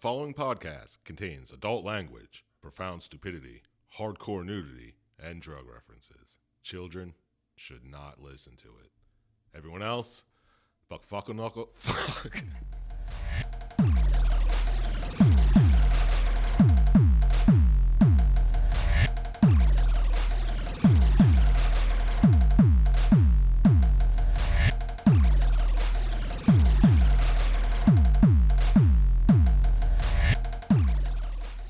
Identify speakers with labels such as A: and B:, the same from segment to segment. A: following podcast contains adult language, profound stupidity, hardcore nudity, and drug references. Children should not listen to it. Everyone else, buck fuck knuckle. Fuck.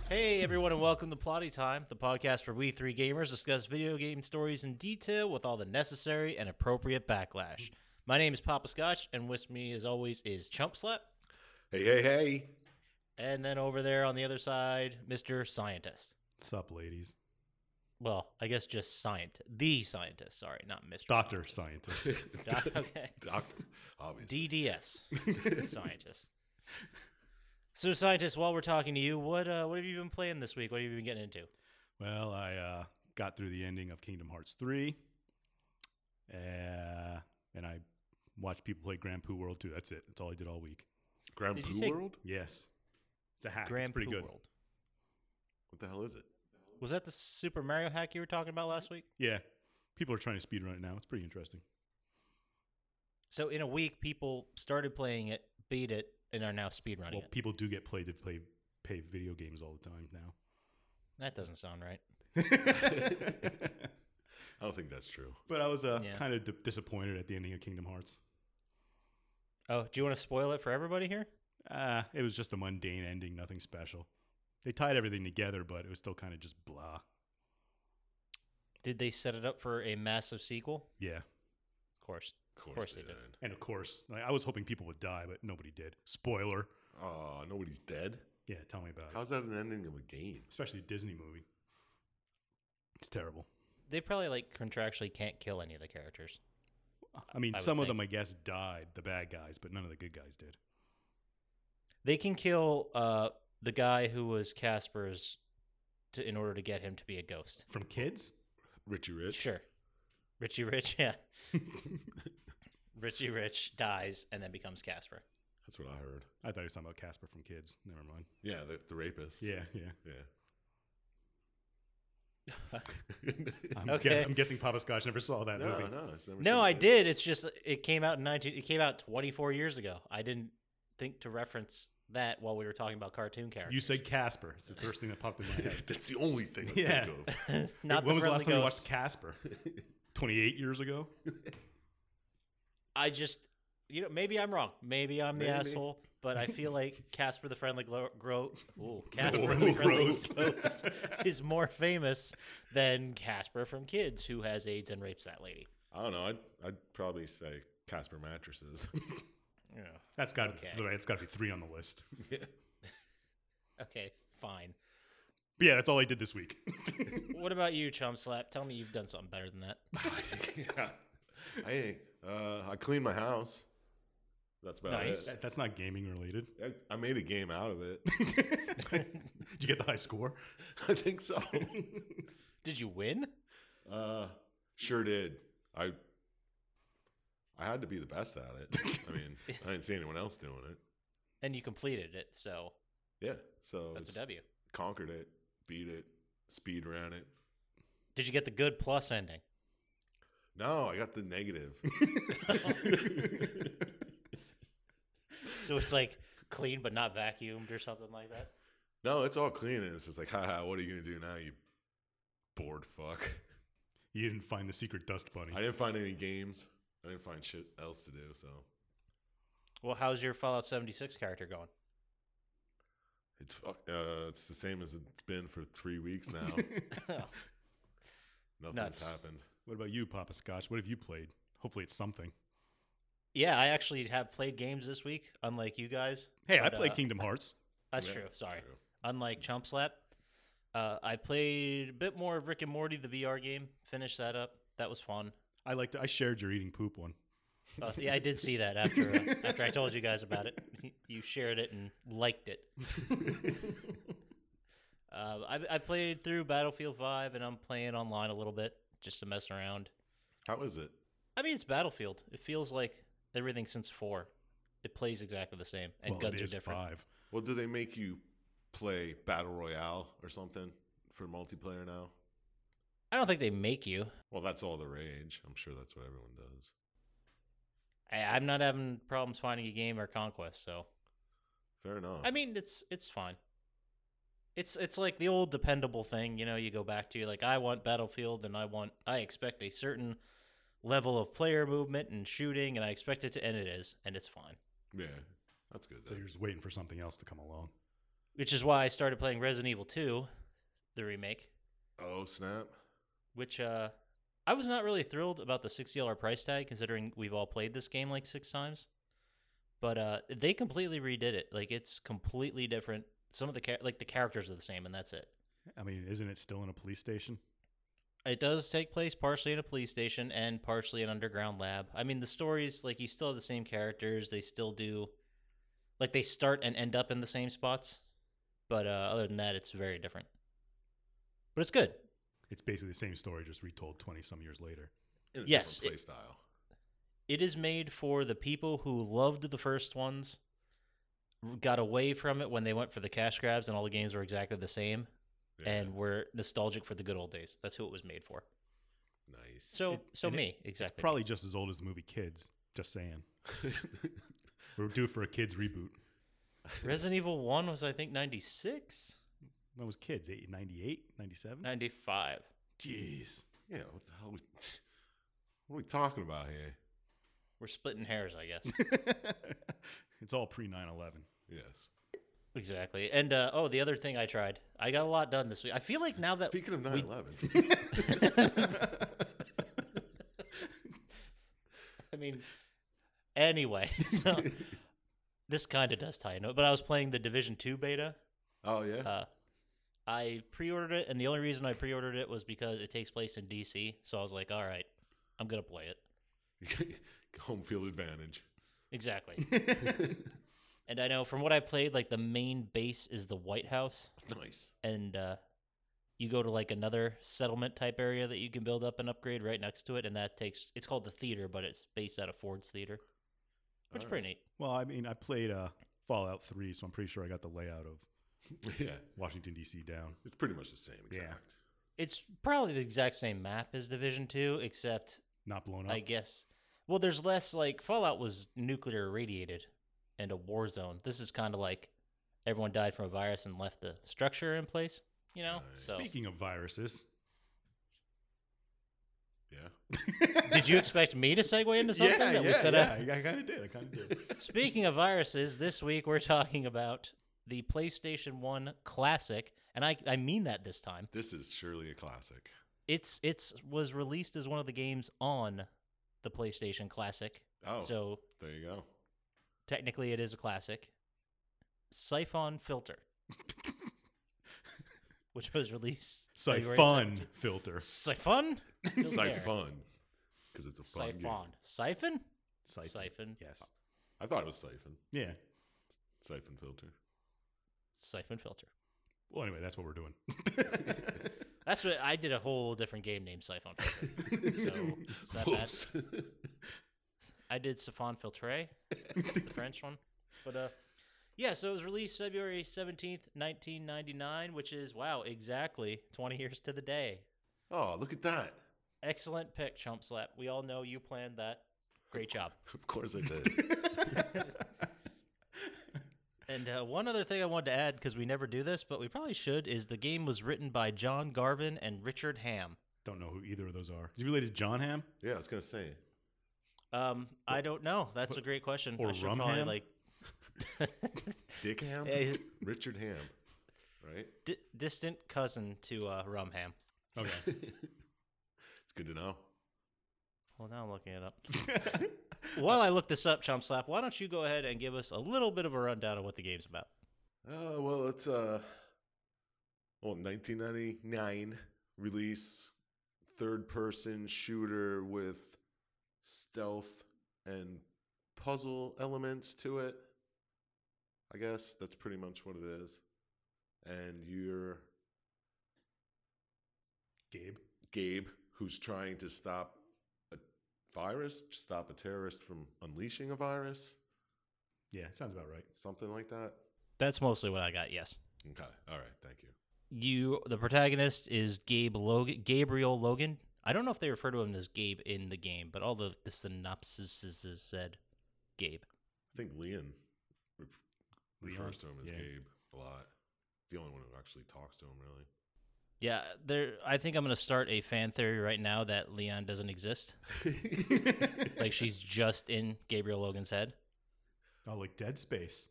B: Hey everyone, and welcome to Plotty Time, the podcast where we three gamers discuss video game stories in detail with all the necessary and appropriate backlash. My name is Papa Scotch, and with me, as always, is Chump Slap,
A: Hey, hey, hey.
B: and then over there on the other side, Mister Scientist.
C: Sup, ladies?
B: Well, I guess just scientist, the scientist. Sorry, not Mister.
C: Doctor scientist.
B: Doc- okay.
A: Doctor, obviously.
B: DDS scientist. So, scientist, while we're talking to you, what uh, what have you been playing this week? What have you been getting into?
C: well, I uh, got through the ending of Kingdom Hearts 3. Uh, and I watched people play Grand Pooh World 2. That's it. That's all I did all week.
A: Grand
B: Did you
A: Poo
B: say-
A: World?
C: Yes. It's a hack. it's
B: Grand
C: pretty
B: Poo
C: good.
B: World.
A: What the hell is it?
B: Was that the Super Mario hack you were talking about last week?
C: Yeah. People are trying to speedrun it now. It's pretty interesting.
B: So in a week, people started playing it, beat it, and are now speedrunning
C: well,
B: it.
C: people do get played to play pay video games all the time now.
B: That doesn't sound right.
A: I don't think that's true.
C: but I was uh,
B: Yeah.
C: kind of d- disappointed at the ending of Kingdom Hearts.
B: Oh, do you want to spoil it for everybody here?
C: Uh, it was just a mundane ending, nothing special. They tied everything together, but it was still kind of just blah.
B: Did they set it up for a massive sequel?
C: Yeah.
B: Of course.
A: Of course,
B: course
A: they,
B: they
A: did.
B: did.
C: And of course, like, I was hoping people would die, but nobody did. Spoiler.
A: Oh, nobody's dead.
C: Yeah, tell me about it.
A: How's that an ending of a game?
C: Especially a Disney movie. It's terrible.
B: They probably like contractually can't kill any of the characters.
C: I mean,
B: I would
C: some of
B: think.
C: them, I guess, died, the bad guys, but none of the good guys did.
B: They can kill uh, the guy who was Casper's to, in order to get him to be a ghost.
C: From kids?
A: Richie Rich.
B: Sure. Richie Rich, yeah. Richie Rich dies and then becomes Casper.
A: That's what I heard.
C: I thought he was talking about Casper from kids. Never mind.
A: Yeah, the, the rapist.
C: Yeah, yeah.
A: Yeah.
C: I'm,
B: Okay.
C: guess- I'm guessing Papa Scotch never saw that
A: no,
C: movie.
A: no, it's never
B: No,
A: seen
B: I
A: it.
B: did. It's just it came out in nineteen. It came out twenty four years ago. I didn't think to reference that while we were talking about cartoon characters.
C: You said Casper. It's the first thing that popped in my head.
A: That's the only thing I
C: Yeah.
A: think of.
B: not
C: when
B: the
C: was
B: friendly
C: the last time you watched
B: ghost.
C: Casper? 28 years ago?
B: I just you know maybe I'm wrong. Maybe I'm
A: Maybe.
B: the asshole. But I feel like Casper the Friendly Gro- Gro- Ooh,
C: Whoa,
B: Casper the Friendly
C: gross.
B: Ghost is more famous than Casper from Kids, who has AIDS and rapes that lady.
A: I don't know. I'd, I'd probably say Casper mattresses.
B: Yeah.
C: That's got to
B: Okay.
C: be that's got to be 3 on the list.
A: yeah.
B: Okay, fine.
C: But yeah, that's all I did this week.
B: What about you, Chum Slap? Tell me you've done something better than that.
A: Hey, uh, I cleaned my house. That's about
B: Nice.
A: it.
C: That- that's not gaming related.
A: I, I made a game out of it.
C: Did you get the high score?
A: I think so.
B: Did you win?
A: Uh, sure did. I I had to be the best at it. I mean, I didn't see anyone else doing it.
B: And you completed it, so
A: Yeah. So
B: that's a
A: it's-
B: W.
A: conquered it, beat it, speed ran it.
B: Did you get the good plus ending?
A: No, I got the negative.
B: So it's like clean but not vacuumed or something like that.
A: no, it's all clean, and it's just like, haha, what are you gonna do now, you bored fuck?
C: you didn't find the secret dust bunny.
A: I didn't find any games. I didn't find shit else to do, so
B: Well, how's your Fallout 76 character going?
A: it's fuck- uh, it's the same as it's been for three weeks now. Nothing's
B: Nuts.
A: happened.
C: what about you, Papa Scotch? What have you played? Hopefully, it's something.
B: yeah, I actually have played games this week, unlike you guys.
C: Hey,
B: But,
C: I played
B: uh,
C: Kingdom Hearts.
B: That's
A: Yeah,
B: true. Sorry.
A: true.
B: Unlike Chump Slap, uh, I played a bit more of Rick and Morty, the VR game. Finished that up. That was fun.
C: I liked. I shared your eating poop one.
B: Uh, yeah, I did see that after uh, after I told you guys about it. You shared it and liked it. Uh, I, I played through Battlefield 5, and I'm playing online a little bit just to mess around.
A: How is it?
B: I mean, it's Battlefield. It feels like everything since four. It plays exactly the same, and
C: well,
B: guns
C: it
B: are
C: is
B: different.
C: five.
A: Well, do they make you play battle royale or something for multiplayer now?
B: I don't think they make you.
A: Well, that's all the rage. I'm sure that's what everyone does.
B: I, I'm not having problems finding a game or conquest, so
A: Fair enough.
B: I mean it's it's fine. It's it's like the old dependable thing, you know, you go back to like I want Battlefield and I want I expect a certain level of player movement and shooting and I expect it to and it is and it's fine.
A: yeah, that's good.
C: So
A: then.
C: you're just waiting for something else to come along.
B: Which is why I started playing Resident Evil 2, the remake,
A: Oh snap!
B: which uh I was not really thrilled about the $60 price tag considering we've all played this game like 6 times. But uh they completely redid it. Like it's completely different. Some of the char- like the characters are the same and that's it.
C: I mean, isn't it still in a police station?
B: It does take place partially in a police station and partially an underground lab. I mean, the stories like you still have the same characters. They still do, like they start and end up in the same spots, but uh, other than that, it's very different. But it's good.
C: It's basically the same story, just retold 20 some years later.
A: In a
B: Yes,
A: different
B: it-
A: play style.
B: It is made for the people who loved the first ones, got away from it when they went for the cash grabs, and all the games were exactly the same,
A: Yeah,
B: and were nostalgic for the good old days. That's who it was made for.
A: nice.
B: So, so
C: and it-
B: me exactly.
C: It's
B: me.
C: probably just as old as the movie Kids. Just saying. We're due for a Kids reboot.
B: Resident Evil One was I think ninety six.
C: When was Kids? Eight- 98, 97?
B: 95.
C: Jeez.
A: yeah, what the hell? We, what are we talking about here?
B: We're splitting hairs, I guess.
C: it's all pre 9 11.
A: Yes.
B: exactly. And uh, oh, the other thing I tried, I got a lot done this week. I feel like now that
A: Speaking of 9/11,
B: I mean, anyway, so this kind of does tie into it. But I was playing the Division Two beta.
A: oh yeah,
B: Uh, I pre-ordered it, and the only reason I pre-ordered it was because it takes place in DC. So I was like, all right, I'm gonna play it.
A: home field advantage.
B: Exactly. and I know from what I played, like the main base is the White House.
A: Nice.
B: and uh, you go to like another settlement type area that you can build up and upgrade right next to it, and that takes it's called the theater, but it's based out of Ford's Theater, which is
A: All
B: pretty neat.
C: Well, I mean, I played uh, Fallout 3, so I'm pretty sure I got the layout of
A: Yeah,
C: Washington, D.C. down.
A: it's pretty much the same
C: Yeah.
A: exact.
B: It's probably the exact same map as Division Two, except
C: Not blown up.
B: I guess well, there's less like Fallout was nuclear irradiated and a war zone. This is kind of like everyone died from a virus and left the structure in place, you know.
A: Nice.
B: So
C: Speaking of viruses,
A: Yeah.
B: did you expect me to segue into something that we set up?
C: I kind of did. I kind of did.
B: Speaking of viruses, this week we're talking about the PlayStation 1 Classic, and I, I mean that this time.
A: This is surely a classic.
B: It's it's was released as one of the games on the PlayStation Classic.
A: Oh,
B: So
A: there you go.
B: technically it is a classic. Siphon Filter. which was released February
C: Siphon filter.
B: 17th. Siphon? Don't
A: Siphon.
B: care.
A: Because it's a fun game.
B: Siphon. Siphon?
C: Siphon.
B: Siphon.
C: Yes.
A: I thought it was siphon.
C: Yeah.
A: Siphon filter.
B: Siphon Filter.
C: Well, anyway, that's what we're doing.
B: That's what I did a whole different game named Siphon Filter. So, Oh, is that bad?
A: Whoops.
B: I did Siphon Filtre, the French one. But uh, yeah, so it was released February 17th, 1999, which is, wow, exactly 20 years to the day.
A: oh, look at that.
B: Excellent pick, Chump Slap. We all know you planned that. Great job.
A: Of course I did.
B: And uh, one other thing I wanted to add, because we never do this, but we probably should, is the game was written by John Garvin and Richard Ham.
C: Don't know who either of those are. Is he related to John Ham?
A: yeah, I was gonna say.
B: Um, I don't know. That's a great question.
C: Or
B: I should
C: Rum
B: probably,
C: Ham?
B: like
A: Dick Ham.
B: Yeah, he's-
A: Richard Ham. Right.
B: di distant cousin to uh, Rum Ham.
C: Okay.
A: it's good to know.
B: Well, now I'm looking it up. While I look this up, Chump Slap, why don't you go ahead and give us a little bit of a rundown of what the game's about?
A: Uh, well, it's uh, well, 1999 release, third-person shooter with stealth and puzzle elements to it. I guess that's pretty much what it is. And you're
C: Gabe.
A: Gabe, who's trying to stop a virus, stop a terrorist from unleashing a virus,
C: Yeah, sounds about right.
A: something like that.
B: That's mostly what I got. Yes.
A: Okay. All right. Thank you.
B: you the protagonist is Gabe Logan, Gabriel Logan. I don't know if they refer to him as Gabe in the game, but all the, the synopsis said Gabe.
A: I think Leon re- refers
C: Leon?
A: to him as
C: Yeah.
A: Gabe a lot. The only one who actually talks to him, really.
B: Yeah, there. I think I'm gonna start a fan theory right now that Leon doesn't exist. Like she's just in Gabriel Logan's head.
C: Oh, like Dead Space.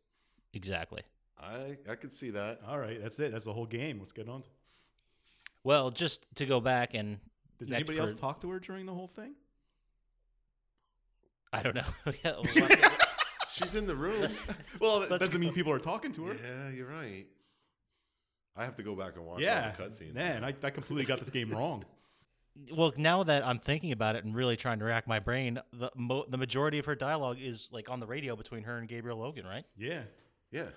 B: Exactly.
A: I I could see that.
C: All right, that's it. That's the whole game. Let's get on. to-
B: Well, just to go back and
C: Does
B: Next
C: anybody
B: for-
C: else talk to her during the whole thing?
B: I don't know. Yeah, well,
A: She's in the room.
C: Well, that
B: Let's
C: doesn't mean people are talking to her.
A: yeah, you're right. I have to go back and watch
C: Yeah,
A: all the cutscenes.
C: man, I, I completely got this game wrong.
B: well, now that I'm thinking about it and really trying to rack my brain, the mo- the majority of her dialogue is like on the radio between her and Gabriel Logan, right?
C: Yeah,
A: Yeah.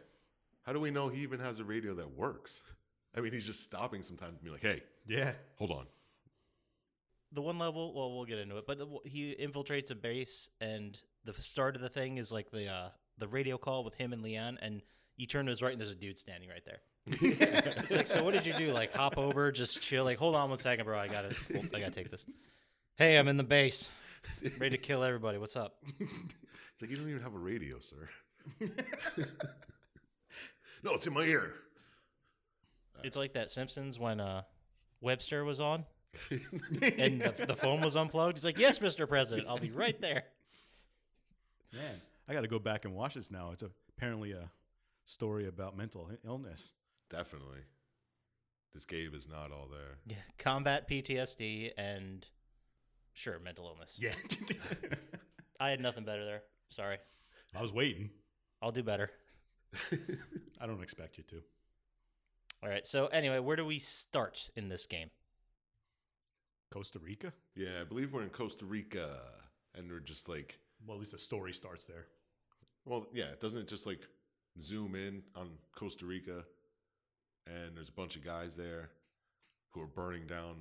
A: How do we know he even has a radio that works? I mean, he's just stopping sometimes and be like, "Hey,
C: yeah.
A: hold on."
B: the one level well we'll get into it but the, he infiltrates a base and the start of the thing is like the uh the radio call with him and leon and you turn to his right and there's a dude standing right there it's like so what did you do like hop over just chill like hold on one second bro i gotta hold- i gotta take this hey i'm in the base ready to kill everybody what's up
A: It's like you don't even have a radio, sir. no, it's in my ear.
B: it's like that simpsons when uh webster was on and the, the phone was unplugged he's like yes mr president i'll be right there
C: Man, I got to go back and watch this now. It's apparently a story about mental i- illness.
A: Definitely. This Gabe is not all there.
B: yeah combat ptsd and sure mental illness
C: Yeah,
B: I had nothing better there. Sorry.
C: I was waiting.
B: I'll do better.
C: I don't expect you to.
B: All right. So, anyway, where do we start in this game?
C: Costa Rica.
A: Yeah, I believe we're in Costa Rica, and we're just like,
C: Well, at least the story starts there.
A: well, yeah, doesn't it just like zoom in on Costa Rica? And there's a bunch of guys there who are burning down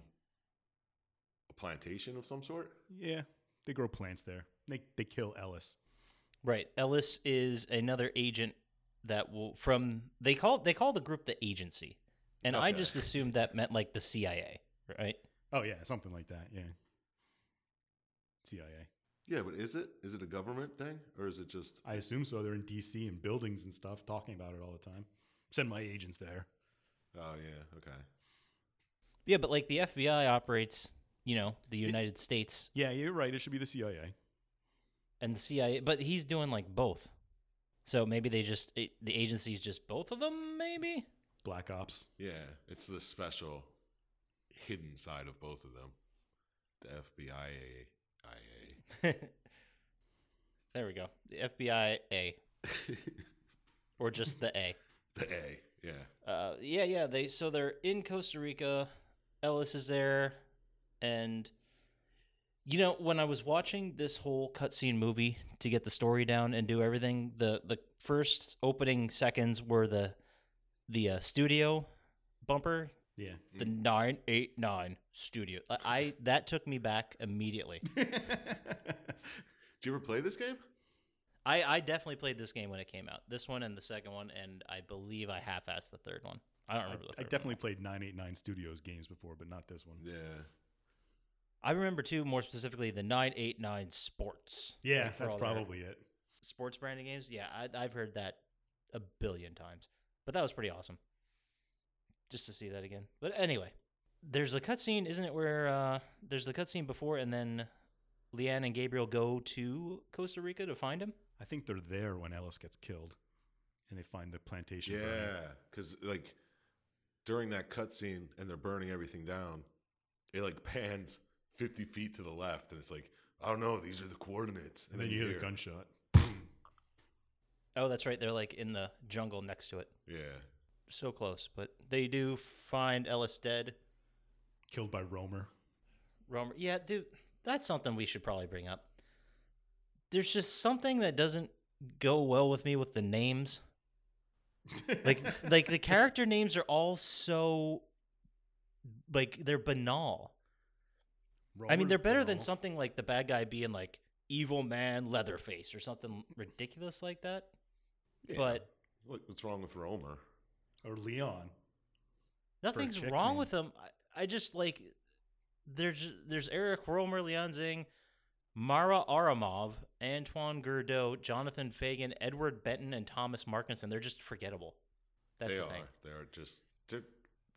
A: a plantation of some sort.
C: Yeah, they grow plants there. They they kill Ellis.
B: Right. Ellis is another agent that will from they call they call the group the agency. And I
A: Okay.
B: just assumed that meant like the CIA, right?
C: Oh yeah, something like that. Yeah. CIA.
A: Yeah, but is it? Is it a government thing? Or is it just.
C: I assume so. They're in D.C. and buildings and stuff, talking about it all the time. Send my agents there.
A: Oh, yeah, okay.
B: Yeah, but like the FBI operates, you know, the United States
C: Yeah, you're right. It should be the CIA.
B: and the CIA, but he's doing like both. So maybe they just it, the agency's just both of them maybe?
C: Black Ops.
A: Yeah, it's the special hidden side of both of them. The FBI. IA.
B: there we go. The FBI A. or just the A.
A: The A, yeah.
B: Uh, yeah, yeah. They so they're in Costa Rica. Ellis is there, and you know when I was watching this whole cutscene movie to get the story down and do everything, the the first opening seconds were the the uh, studio bumper,
C: Yeah.
B: the
A: Mm.
B: nine eight nine studio. I, I that took me back immediately.
A: Do you ever play this game?
B: I, I definitely played this game when it came out. This one and the second one, and I believe I half-assed the third one. I don't
C: I,
B: remember. the
C: I
B: third one.
C: definitely played 989 Studios games before, but not this one.
A: Yeah.
B: I remember too, more specifically, the 989 Sports.
C: Yeah,
B: Like, for
C: that's
B: all their
C: probably it.
B: sports branding games. Yeah, I, I've heard that a billion times, but that was pretty awesome. Just to see that again. But anyway, there's a cutscene, isn't it? Where uh, there's the cutscene before, and then Leanne and Gabriel go to Costa Rica to find him.
C: I think they're there when Ellis gets killed, and they find the plantation. burning.
A: Yeah. Because, like, during that cutscene and they're burning everything down, it, like, pans 50 feet to the left and it's like, I don't know, these are the coordinates.
C: and then you hear the gunshot.
B: Oh, that's right. They're like in the jungle next to it.
A: Yeah.
B: So close, but they do find Ellis dead.
C: Killed by Romer.
B: Romer. Yeah, dude, that's something we should probably bring up. There's just something that doesn't go well with me with the names. Like like the character names are all so like they're banal. I mean,
C: Romer's
B: they're better than
C: barrel.
B: something like the bad guy being like evil man leatherface or something ridiculous like that.
A: Yeah.
B: But
A: Look, what's wrong with Romer?
C: Or Leon.
B: Nothing's
C: chick's
B: wrong
C: name.
B: with them. I, I just like there's there's Eric Romer, Leon Zing, Mara Aramov, Antoine Gurdeau, Jonathan Fagan, Edward Benton, and Thomas Markinson. They're just forgettable. That's
A: they
B: the
A: are.
B: thing.
A: They're just they're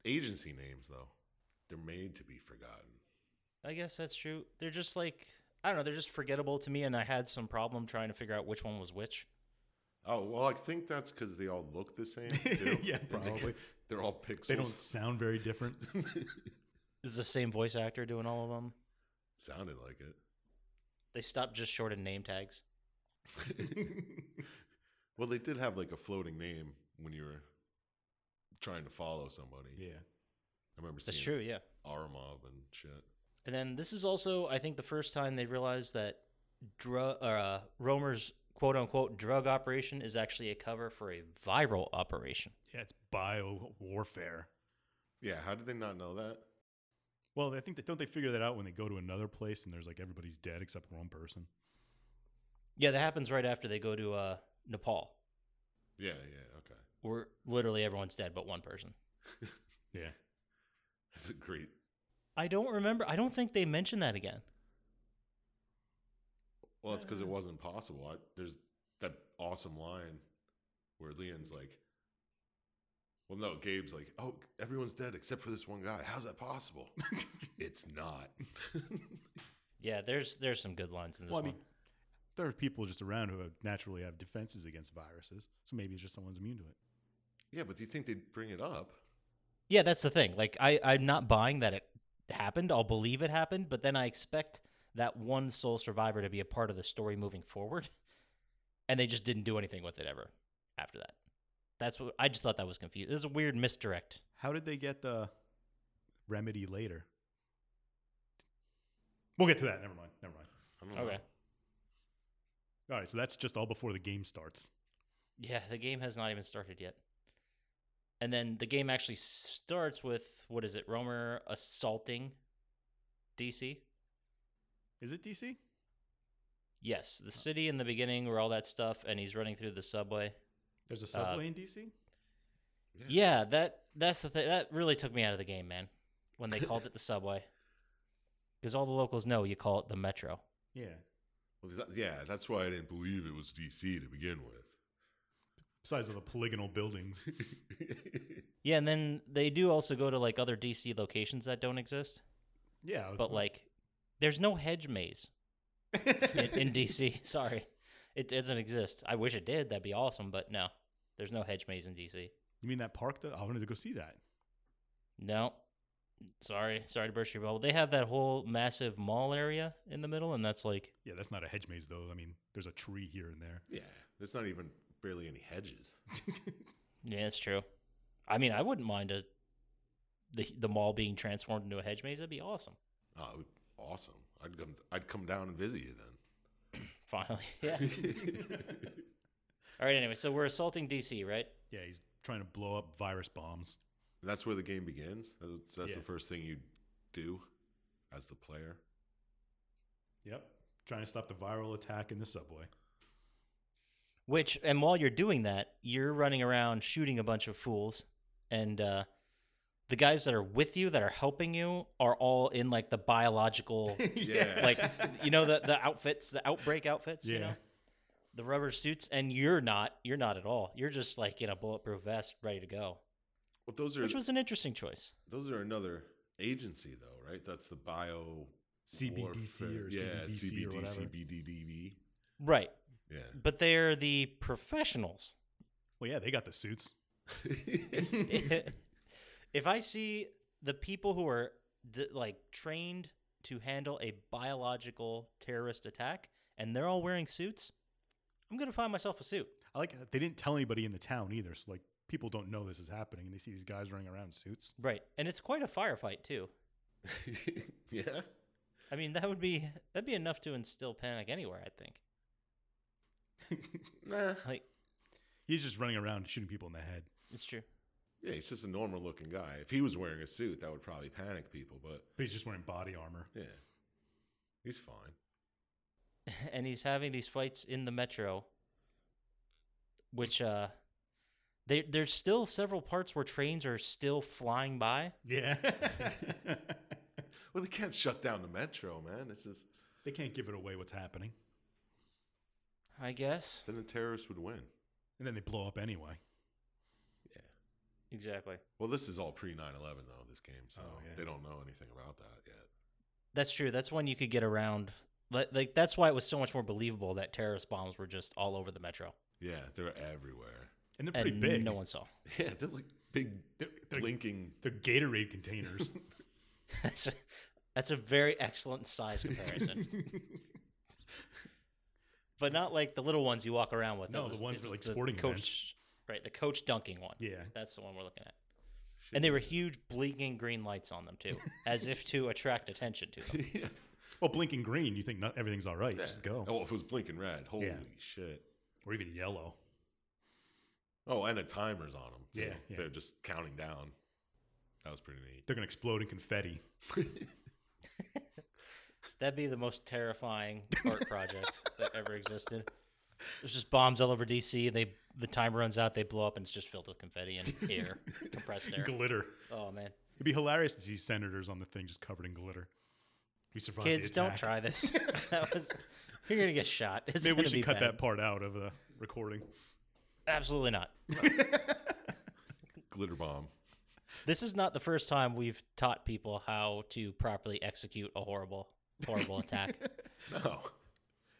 A: agency names though. They're made to be forgotten.
B: I guess that's true. They're just like I don't know. They're just forgettable to me, and I had some problem trying to figure out which one was which.
A: Oh well, I think that's because they all look the same. Too.
C: Yeah,
A: And they-
C: probably.
A: They're all pixels.
C: They don't sound very different.
B: Is the same voice actor doing all of them?
A: Sounded like it.
B: They stopped just short of name tags.
A: well, they did have like a floating name when you were trying to follow somebody.
C: yeah.
A: I remember
B: That's
A: seeing
B: true. Yeah.
A: Aramov and shit.
B: And then this is also, I think, the first time they realized that drug or, uh, Romer's quote unquote drug operation is actually a cover for a viral operation.
C: Yeah, it's bio warfare.
A: Yeah, how did they not know that?
C: Well, I think that don't they figure that out when they go to another place and there's like everybody's dead except one person.
B: Yeah, that happens right after they go to uh, Nepal,
A: Yeah, yeah, okay.
B: where literally everyone's dead but one person.
C: Yeah.
A: That's a great.
B: I don't remember. I don't think they mention that again.
A: Well, it's
B: Uh-huh.
A: because it wasn't possible. I, there's that awesome line where Leon's like, "Well, no." Gabe's like, "Oh, everyone's dead except for this one guy. How's that possible?" it's not.
B: Yeah, there's there's some good lines in this
C: Well, I
B: one.
C: mean, there are people just around who have naturally have defenses against viruses, so maybe it's just someone's immune to it.
A: yeah, but do you think they'd bring it up?
B: Yeah, that's the thing. Like I, I'm not buying that it happened. I'll believe it happened, but then I expect that one sole survivor to be a part of the story moving forward. And they just didn't do anything with it ever after that. That's what I just thought that was confused. This is a weird misdirect.
C: How did they get the remedy later? We'll get to that. Never mind. Never mind.
A: I don't
B: Okay.
A: know.
C: All right, so that's just all before the game starts.
B: Yeah, the game has not even started yet. And then the game actually starts with what is it? Romer assaulting DC.
C: Is it DC?
B: Yes, the city in the beginning where all that stuff, and he's running through the subway. Uh,
C: There's a subway in DC.
B: Yeah, that that's the thing. That really took me out of the game, man. When they called it the subway, because all the locals know you call it the metro.
C: Yeah.
A: Well, that, yeah, that's why I didn't believe it was DC to begin with.
C: Besides all the polygonal buildings.
B: Yeah, and then they do also go to like other DC locations that don't exist,
C: Yeah. I was-
B: but like there's no hedge maze in, in DC. Sorry, it doesn't exist. I wish it did. That'd be awesome, but no, there's no hedge maze in DC.
C: you mean that park? That, I wanted to go see that.
B: No. Sorry, sorry to burst your bubble. They have that whole massive mall area in the middle, and that's like
C: Yeah, that's not a hedge maze though. I mean, there's a tree here and there.
A: yeah, there's not even barely any hedges.
B: Yeah, that's true. I mean, I wouldn't mind a the the mall being transformed into a hedge maze. That'd be awesome.
A: Oh, it would be awesome! I'd come, I'd come down and visit you then.
B: Finally, yeah. All right. Anyway, so we're assaulting DC, right?
C: Yeah, he's trying to blow up virus bombs.
A: And that's where the game begins. That's, that's
C: Yeah.
A: the first thing you do as the player.
C: Yep. Trying to stop the viral attack in the subway.
B: Which, and while you're doing that, you're running around shooting a bunch of fools, and uh, the guys that are with you that are helping you are all in like the biological,
A: Yeah.
B: like you know the the outfits, the outbreak outfits.
C: yeah.
B: You know? the rubber suits, and you're not. You're not at all. You're just like in a bulletproof vest, ready to go,
A: Well, those are
B: which was an interesting choice.
A: those are another agency though, right? That's the bio
C: CBDC or
A: yeah,
C: CBDC or whatever.
A: CBDDV.
B: Right.
A: Yeah.
B: But they're the professionals.
C: Well, yeah, they got the suits.
B: if I see the people who are d- like trained to handle a biological terrorist attack and they're all wearing suits, I'm going to find myself a suit.
C: I like how they didn't tell anybody in the town either, so like people don't know this is happening, and they see these guys running around in suits.
B: Right. And it's quite a firefight too.
A: yeah.
B: I mean, that would be that'd be enough to instill panic anywhere, I think.
A: Nah.
B: Like
C: He's just running around shooting people in the head.
B: it's true.
A: Yeah, he's just a normal looking guy. If he was wearing a suit, that would probably panic people, but
C: But he's just wearing body armor.
A: yeah. He's fine.
B: and he's having these fights in the metro which uh They, there's still several parts where trains are still flying by.
C: Yeah.
A: Well, they can't shut down the metro, man. This is
C: they can't give it away what's happening.
B: I guess
A: then the terrorists would win.
C: And then they blow up anyway.
B: exactly.
A: Well, this is all pre 9/11 though. This game, so
C: Oh, yeah.
A: they don't know anything about that yet.
B: That's true. That's one you could get around. Like, like that's why it was so much more believable that terrorist bombs were just all over the metro
A: Yeah, they're everywhere.
C: And they're pretty
B: and
C: big.
B: no one saw.
A: Yeah, they're like big
C: they're, they're,
A: blinking.
C: they're Gatorade containers.
B: That's a, that's a very excellent size comparison, but not like the little ones you walk around with.
C: No,
B: It
C: the ones
B: it
C: for, like,
B: the
C: sporting
B: coach,
C: events.
B: right? The coach dunking one.
C: yeah.
B: That's the one we're looking at.
A: Shit.
B: And they were huge blinking green lights on them too, as if to attract attention to them.
A: yeah.
C: Well, blinking green, you think not everything's all right. Just
A: Yeah.
C: go.
A: Oh, if it was blinking red, holy
C: Yeah.
A: shit.
C: Or even yellow.
A: Oh, and the timers on them. Too.
C: Yeah, yeah.
A: They're just counting down. That was pretty neat.
C: They're going to explode in confetti.
B: That'd be the most terrifying art project that ever existed. There's just bombs all over DC. They the time runs out, they blow up, and it's just filled with confetti and air, compressed air.
C: Glitter.
B: Oh man,
C: It'd be hilarious to see senators on the thing just covered in glitter. We survived. the
B: kids, don't
C: attack.
B: try this. that was you're gonna get shot. It's
C: Maybe
B: gonna
C: we should
B: be
C: cut
B: bad.
C: that part out of the recording.
B: Absolutely not.
A: Glitter bomb.
B: This is not the first time we've taught people how to properly execute a horrible, horrible attack.
A: No,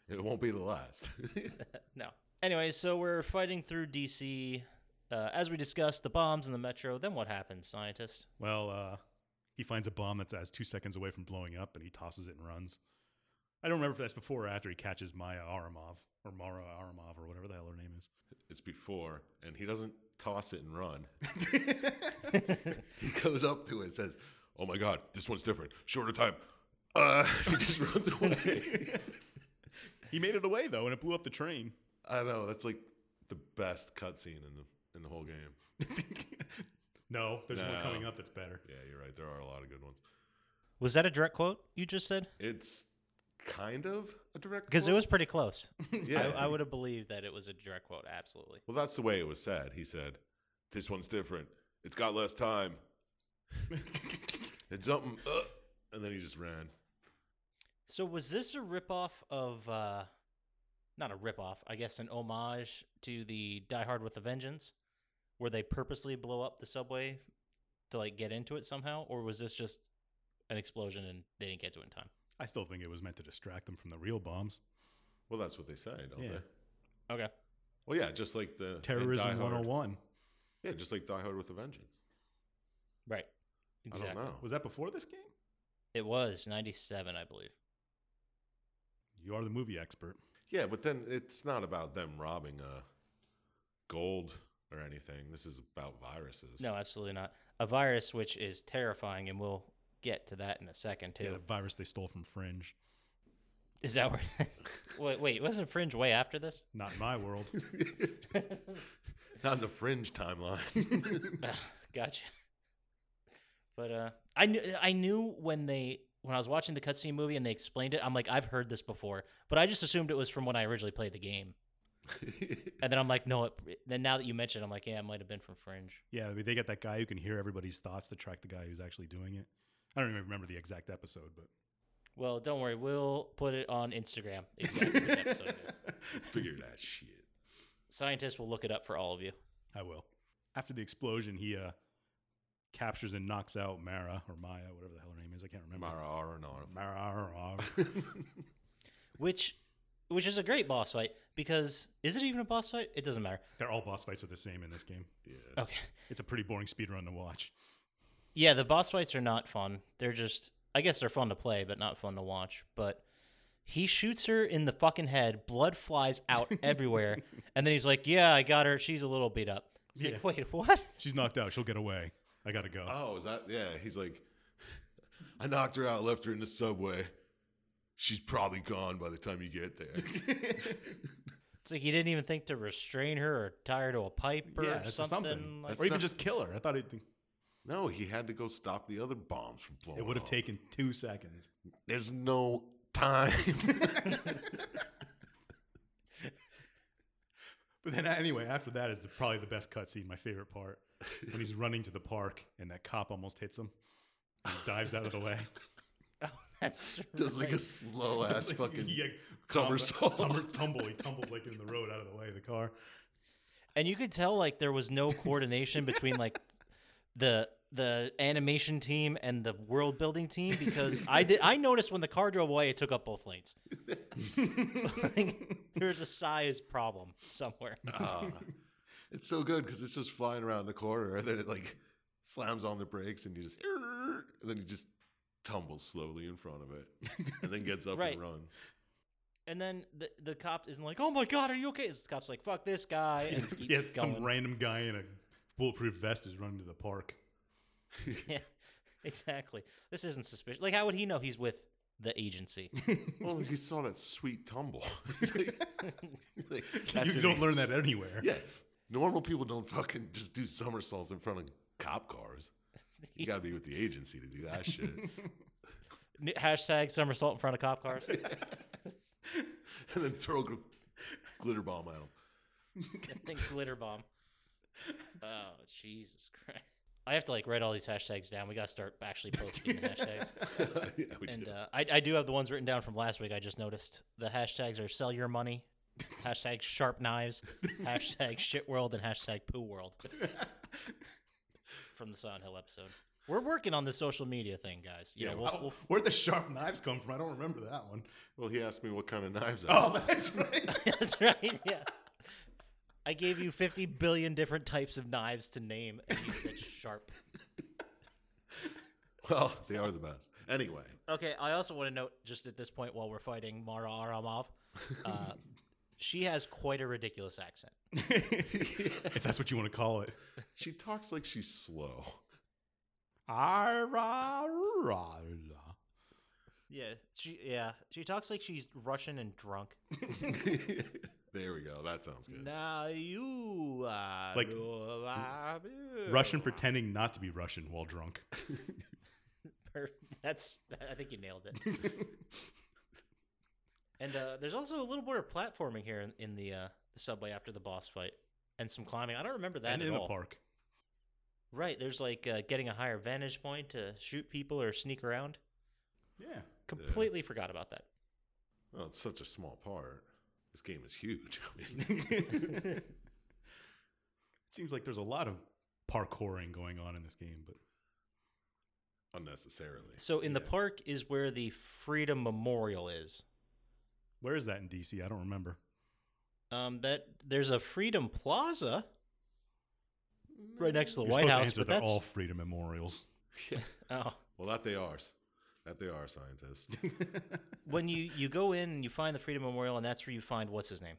A: it won't be the last.
B: No. Anyway, so we're fighting through DC. Uh, as we discussed, the bombs in the metro. Then what happens, scientists?
C: Well, uh, he finds a bomb that's as two seconds away from blowing up, and he tosses it and runs. I don't remember if that's before or after he catches Maya Aramov or Mara Aramov or whatever the hell her name is.
A: it's before, and he doesn't toss it and run. he goes up to it and says, Oh my God, this one's different. Shorter time. Uh, he just runs away.
C: He made it away though, and it blew up the train.
A: I know. That's like the best cutscene in the in the whole game.
C: no, there's more
A: No.
C: coming up that's better.
A: Yeah, you're right. There are a lot of good ones.
B: Was that a direct quote you just said?
A: It's kind of a direct
B: Because it
A: quote.
B: was pretty close.
A: Yeah.
B: I, I would have believed that it was a direct quote. Absolutely.
A: Well, that's the way it was said. He said, "This one's different. It's got less time. It's something." Uh, and then he just ran.
B: So was this a ripoff of? Uh, not a ripoff, I guess, an homage to the Die Hard with a Vengeance, where they purposely blow up the subway to like get into it somehow, or was this just an explosion and they didn't get to it in time?
C: I still think it was meant to distract them from the real bombs.
A: Well, that's what they say, don't
C: Yeah.
A: they?
B: Okay.
A: Well, yeah, just like the in Die
C: Terrorism
A: Hard.
C: 101.
A: Yeah, just like Die Hard with a Vengeance.
B: Right. Exactly.
A: I don't know.
C: Was that before this game?
B: It was 97, I believe.
C: You are the movie expert.
A: Yeah, but then it's not about them robbing uh, gold or anything. This is about viruses.
B: No, absolutely not. A virus, which is terrifying, and we'll get to that in a second, too.
C: Yeah, the virus they stole from Fringe.
B: Is that where. wait, wait, wasn't Fringe way after this?
C: Not in my world.
A: not in the fringe timeline.
B: Ah, gotcha. But uh, I knew I knew when they when I was watching the cutscene movie and they explained it, I'm like, I've heard this before, but I just assumed it was from when I originally played the game, and then I'm like, no. It, then now that you mention, it, I'm like, yeah, it might have been from Fringe.
C: Yeah, I mean, they got that guy who can hear everybody's thoughts to track the guy who's actually doing it. I don't even remember the exact episode, but
B: Well, don't worry, we'll put it on Instagram. Exactly what episode it is.
A: Figure that shit.
B: Scientists will look it up for all of you.
C: I will. After the explosion, he uh, captures and knocks out Mara or Maya, whatever the hell her name is. I can't remember.
A: Mara Aronoff.
C: Mara.
B: which which is a great boss fight because is it even a boss fight? It doesn't matter.
C: They're all boss fights are the same in this game.
A: yeah.
B: Okay.
C: It's a pretty boring speed run to watch.
B: Yeah, the boss fights are not fun. They're just I guess they're fun to play, but not fun to watch. But he shoots her in the fucking head, blood flies out everywhere, and then he's like, "Yeah, I got her. She's a little beat up." It's like,
C: Yeah.
B: Wait, what?
C: She's knocked out. She'll get away. I gotta go.
A: Oh, is that? Yeah, he's like, I knocked her out, left her in the subway. She's probably gone by the time you get there.
B: It's like he didn't even think to restrain her or tie her to a pipe or
C: yeah, that's
B: something.
C: something.
B: Like,
C: or even
A: not-
C: just kill her. I thought it'd,
A: no, he had to go stop the other bombs from blowing.
C: it would have
A: up.
C: taken two seconds.
A: There's no time.
C: But then uh, anyway, after that is the, probably the best cutscene, my favorite part, when he's running to the park and that cop almost hits him. He dives out of the way.
B: That's
A: Does like a
B: right.
A: slow ass fucking.
C: He, like,
A: somersault.
C: tumble- tumble. He tumbles like in the road out of the way of the car.
B: and you could tell like there was no coordination between like the the animation team and the world building team because I did I noticed when the car drove away it took up both lanes. like, there's a size problem somewhere.
A: Ah. it's so good because it's just flying around the corner, and then it like slams on the brakes, and you just, and then he just tumbles slowly in front of it, and then gets up
B: Right.
A: and runs.
B: And then the the cop isn't like, "Oh my god, are you okay?" The cop's like, "Fuck this guy," and keeps
C: yeah,
B: going.
C: some random guy in a bulletproof vest is running to the park.
B: yeah, exactly. This isn't suspicious. Like, how would he know he's with the agency?
A: Well, he Oh, saw that sweet tumble. He's like- like,
C: You,
A: that's an
C: don't
A: idiot.
C: learn that anywhere.
A: Yeah, normal people don't fucking just do somersaults in front of cop cars. You gotta be with the agency to do that shit.
B: N- Hashtag somersault in front of cop cars.
A: and then throw a gl- glitter bomb at him.
B: I think glitter bomb. Oh Jesus Christ! I have to like write all these hashtags down. We gotta start actually posting the hashtags.
A: yeah, we
B: And
A: did.
B: uh, I, I do have the ones written down from last week. I just noticed the hashtags are sell your money, hashtag sharp knives, hashtag shit world, and hashtag poo world. from the Silent Hill episode. We're working on the social media thing, guys. You
A: Yeah,
B: know, we'll,
C: Wow,
B: we'll,
C: Where'd the sharp knives come from? I don't remember that one.
A: well, he asked me what kind of knives I
C: Oh, that's right.
B: That's right. Yeah. I gave you 50 billion different types of knives to name, and you said sharp.
A: Well, they are the best. Anyway,
B: Okay, I also want to note just at this point while we're fighting Mara Aramov, uh, she has quite a ridiculous accent.
C: if that's what you want to call it.
A: she talks like she's slow.
B: Yeah, she yeah she talks like she's Russian and drunk.
A: there we go. That sounds good.
B: Now you are
C: Like,
B: a-
C: Russian pretending not to be Russian while drunk.
B: That's I think you nailed it. and uh, there's also a little bit of platforming here in, in the uh, subway after the boss fight, and some climbing. I don't remember that
C: and
B: at
C: in
B: all.
C: the park.
B: Right, there's like uh, getting a higher vantage point to shoot people or sneak around.
C: Yeah.
B: Completely forgot about that.
A: Well, it's such a small part. This game is huge. I mean,
C: it seems like there's a lot of parkouring going on in this game, but
A: unnecessarily.
B: So in the
C: Yeah.
B: park is where the Freedom Memorial is.
C: where is that in DC? I don't remember.
B: Um, that there's a Freedom Plaza right next to the
C: You're
B: White
C: supposed
B: House,
C: to answer
B: but
C: they're
B: that's
C: all freedom memorials.
B: oh.
A: Well, that they are. That they are, scientists.
B: when you you go in and you find the Freedom Memorial, and that's where you find what's his name,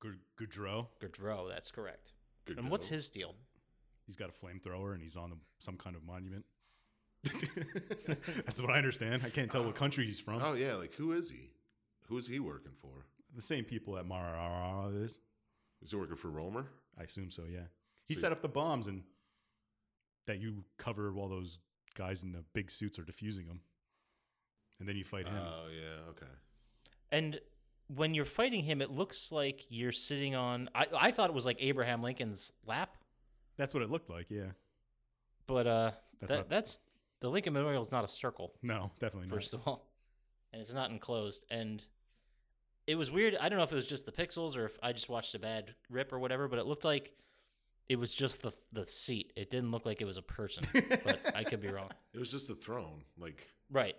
C: Gu- Goudreau,
B: Gaudreau. That's correct.
A: Good
B: And what's
A: job.
B: his deal?
C: he's got a flamethrower and he's on the, some kind of monument. That's what I understand. I can't tell what country he's from.
A: Oh yeah, like who is he? Who is he working for?
C: The same people that Mara is.
A: Is he working for Romer?
C: I assume so, yeah. He
A: So-
C: set up the bombs and that you cover while those guys in the big suits are defusing them. And then you fight him.
B: Uh,
A: Oh yeah, okay.
B: And when you're fighting him, it looks like you're sitting on. I I thought it was like Abraham Lincoln's lap,
C: That's what it looked like, yeah.
B: but uh,
C: That's
B: that,
C: not-
B: that's the Lincoln Memorial is not a circle.
C: No, definitely not.
B: first of all, and it's not enclosed. And it was weird. I don't know if it was just the pixels or if I just watched a bad rip or whatever, but it looked like it was just the the seat. It didn't look like it was a person, but I could be wrong.
A: It was just a throne, like
B: Right,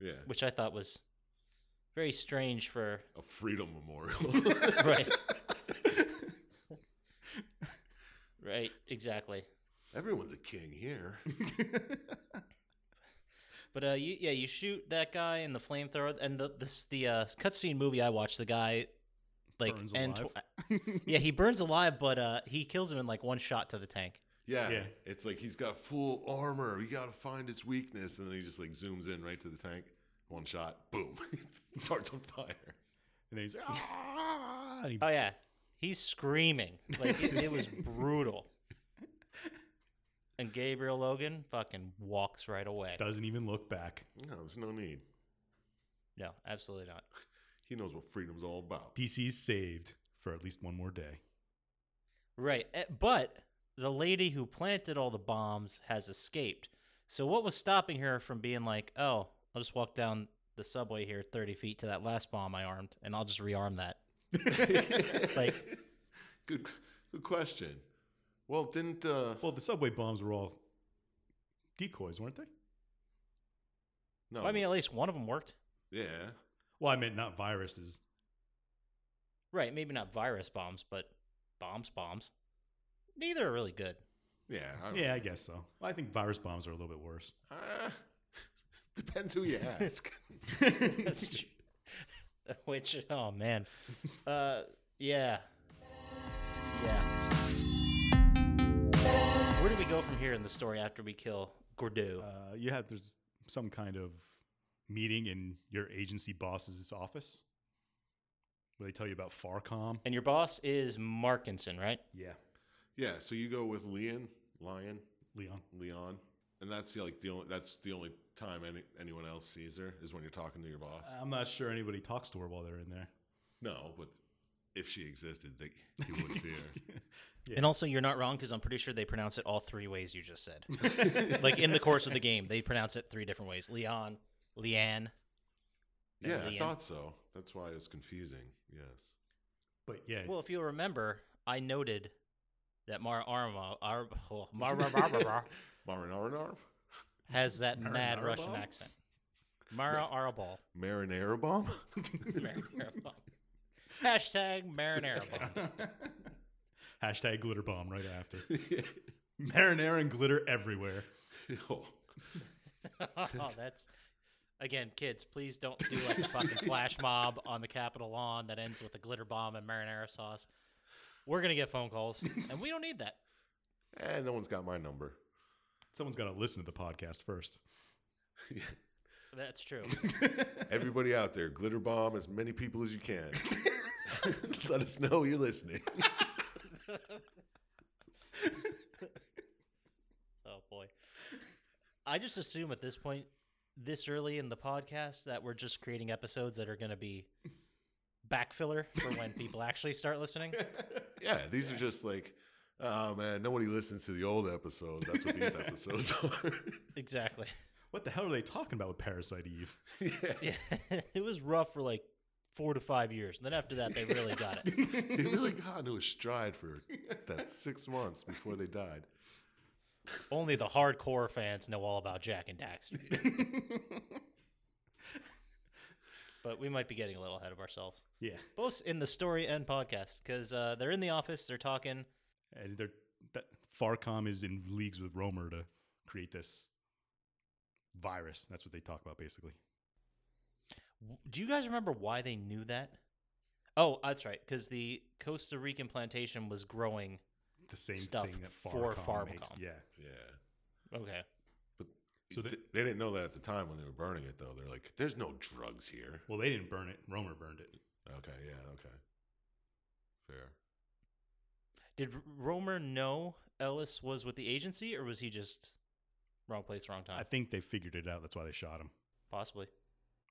A: yeah,
B: which I thought was very strange for
A: a freedom memorial.
B: right. Right, exactly.
A: Everyone's a king here.
B: But uh, you, yeah, you shoot that guy in the flamethrower, and the this the uh, cutscene movie I watched. The guy, like,
C: Burns
B: and
C: alive.
B: yeah, he burns alive, but uh, he kills him in like one shot to the tank.
A: Yeah,
C: Yeah.
A: it's like he's got full armor. We gotta find its weakness, and then he just like zooms in right to the tank, one shot, boom, it starts on fire.
C: And then he's ah, and he-
B: Oh yeah, he's screaming like it, it was brutal. And Gabriel Logan fucking walks right away.
C: doesn't even look back.
A: No, there's no need.
B: No, absolutely not.
A: He knows what freedom's all about.
C: DC's saved. for at least one more day.
B: Right. eh, But the lady who planted all the bombs has escaped. So what was stopping her from being like, oh, I'll just walk down the subway here 30 feet to that last bomb I armed and I'll just rearm that? Like-
A: good, good question. Well, didn't uh,
C: Well, the subway bombs were all decoys, weren't they?
A: no?
B: Well, I mean, at least one of them worked.
A: yeah,
C: Well, I meant not viruses.
B: Right. Maybe not virus bombs, but bombs, bombs. Neither are really good.
A: yeah, I
C: Yeah, I guess so. I think virus bombs are a little bit worse.
A: Uh, depends who you ask.
B: That's true. Which, oh man, uh, yeah, yeah. Where do we go from here in the story after we kill Gordo?
C: uh, you had there's some kind of meeting in your agency boss's office where they tell you about Farcom.
B: and your boss is Markinson, right?
C: Yeah,
A: yeah, so you go with Leon, Lion,
C: Leon.
A: Leon, and that's the, like the only that's the only time any, anyone else sees her is when you're talking to your boss.
C: I'm not sure anybody talks to her while they're in there.
A: no, but if she existed, they, you would see her.
C: Yeah.
B: And also, you're not wrong because I'm pretty sure they pronounce it all three ways you just said. like in the course of the game, they pronounce it three different ways: Leon, Leanne. and
A: Yeah, I
B: Leon.
A: thought so. That's why it was confusing. Yes.
C: But yeah,
B: Well, if you'll remember, I noted that Mara Arma, Ar, oh, Mara Arma,
A: Marinarnarv?
B: has that mad
C: Marinara
B: Russian
C: bomb?
B: accent. Mara Arbol.
A: Marinara bomb?
B: Marinara bomb. Hashtag marinara bomb.
C: hashtag glitter bomb right after.
A: Yeah.
C: Marinara and glitter everywhere.
A: oh.
B: oh, that's again, kids. Please don't do like a fucking flash mob on the Capitol lawn that ends with a glitter bomb and marinara sauce. We're gonna get phone calls, and we don't need that.
A: Eh, no one's got my number.
C: Someone's got to listen to the podcast first.
A: Yeah.
B: That's true.
A: Everybody out there, glitter bomb as many people as you can. Let us know you're listening.
B: Oh boy, I just assume at this point, this early in the podcast, that we're just creating episodes that are gonna be backfiller for when people actually start listening.
A: Yeah, these are just like, oh man, nobody listens to the old episodes. That's what these episodes are.
B: Exactly.
C: What the hell are they talking about with Parasite Eve?
A: yeah.
B: Yeah, it was rough for like four to five years. And then after that, they really got it.
A: They really got into a stride for that six months before they died.
B: Only the hardcore fans know all about Jack and Daxter. but we might be getting a little ahead of ourselves,
C: Yeah,
B: both in the story and podcast, because uh, they're in the office, they're talking.
C: and they're that Farcom is in leagues with Romer to create this virus. That's what they talk about basically.
B: W- Do you guys remember why they knew that? Oh, that's right, because the Costa Rican plantation was growing.
C: The same
B: Stuff
C: thing that
B: for
C: Farcom, makes.
B: Farcom.
C: Yeah,
A: Yeah.
B: Okay.
A: So
C: So
A: they,
C: they-
A: they didn't know that at the time when they were burning it, though. They're like, there's no drugs here.
C: well, they didn't burn it. Romer burned it.
A: Okay, yeah, okay. Fair.
B: Did R- Romer know Ellis was with the agency, or was he just wrong place, wrong time?
C: I think they figured it out. That's why they shot him.
B: Possibly.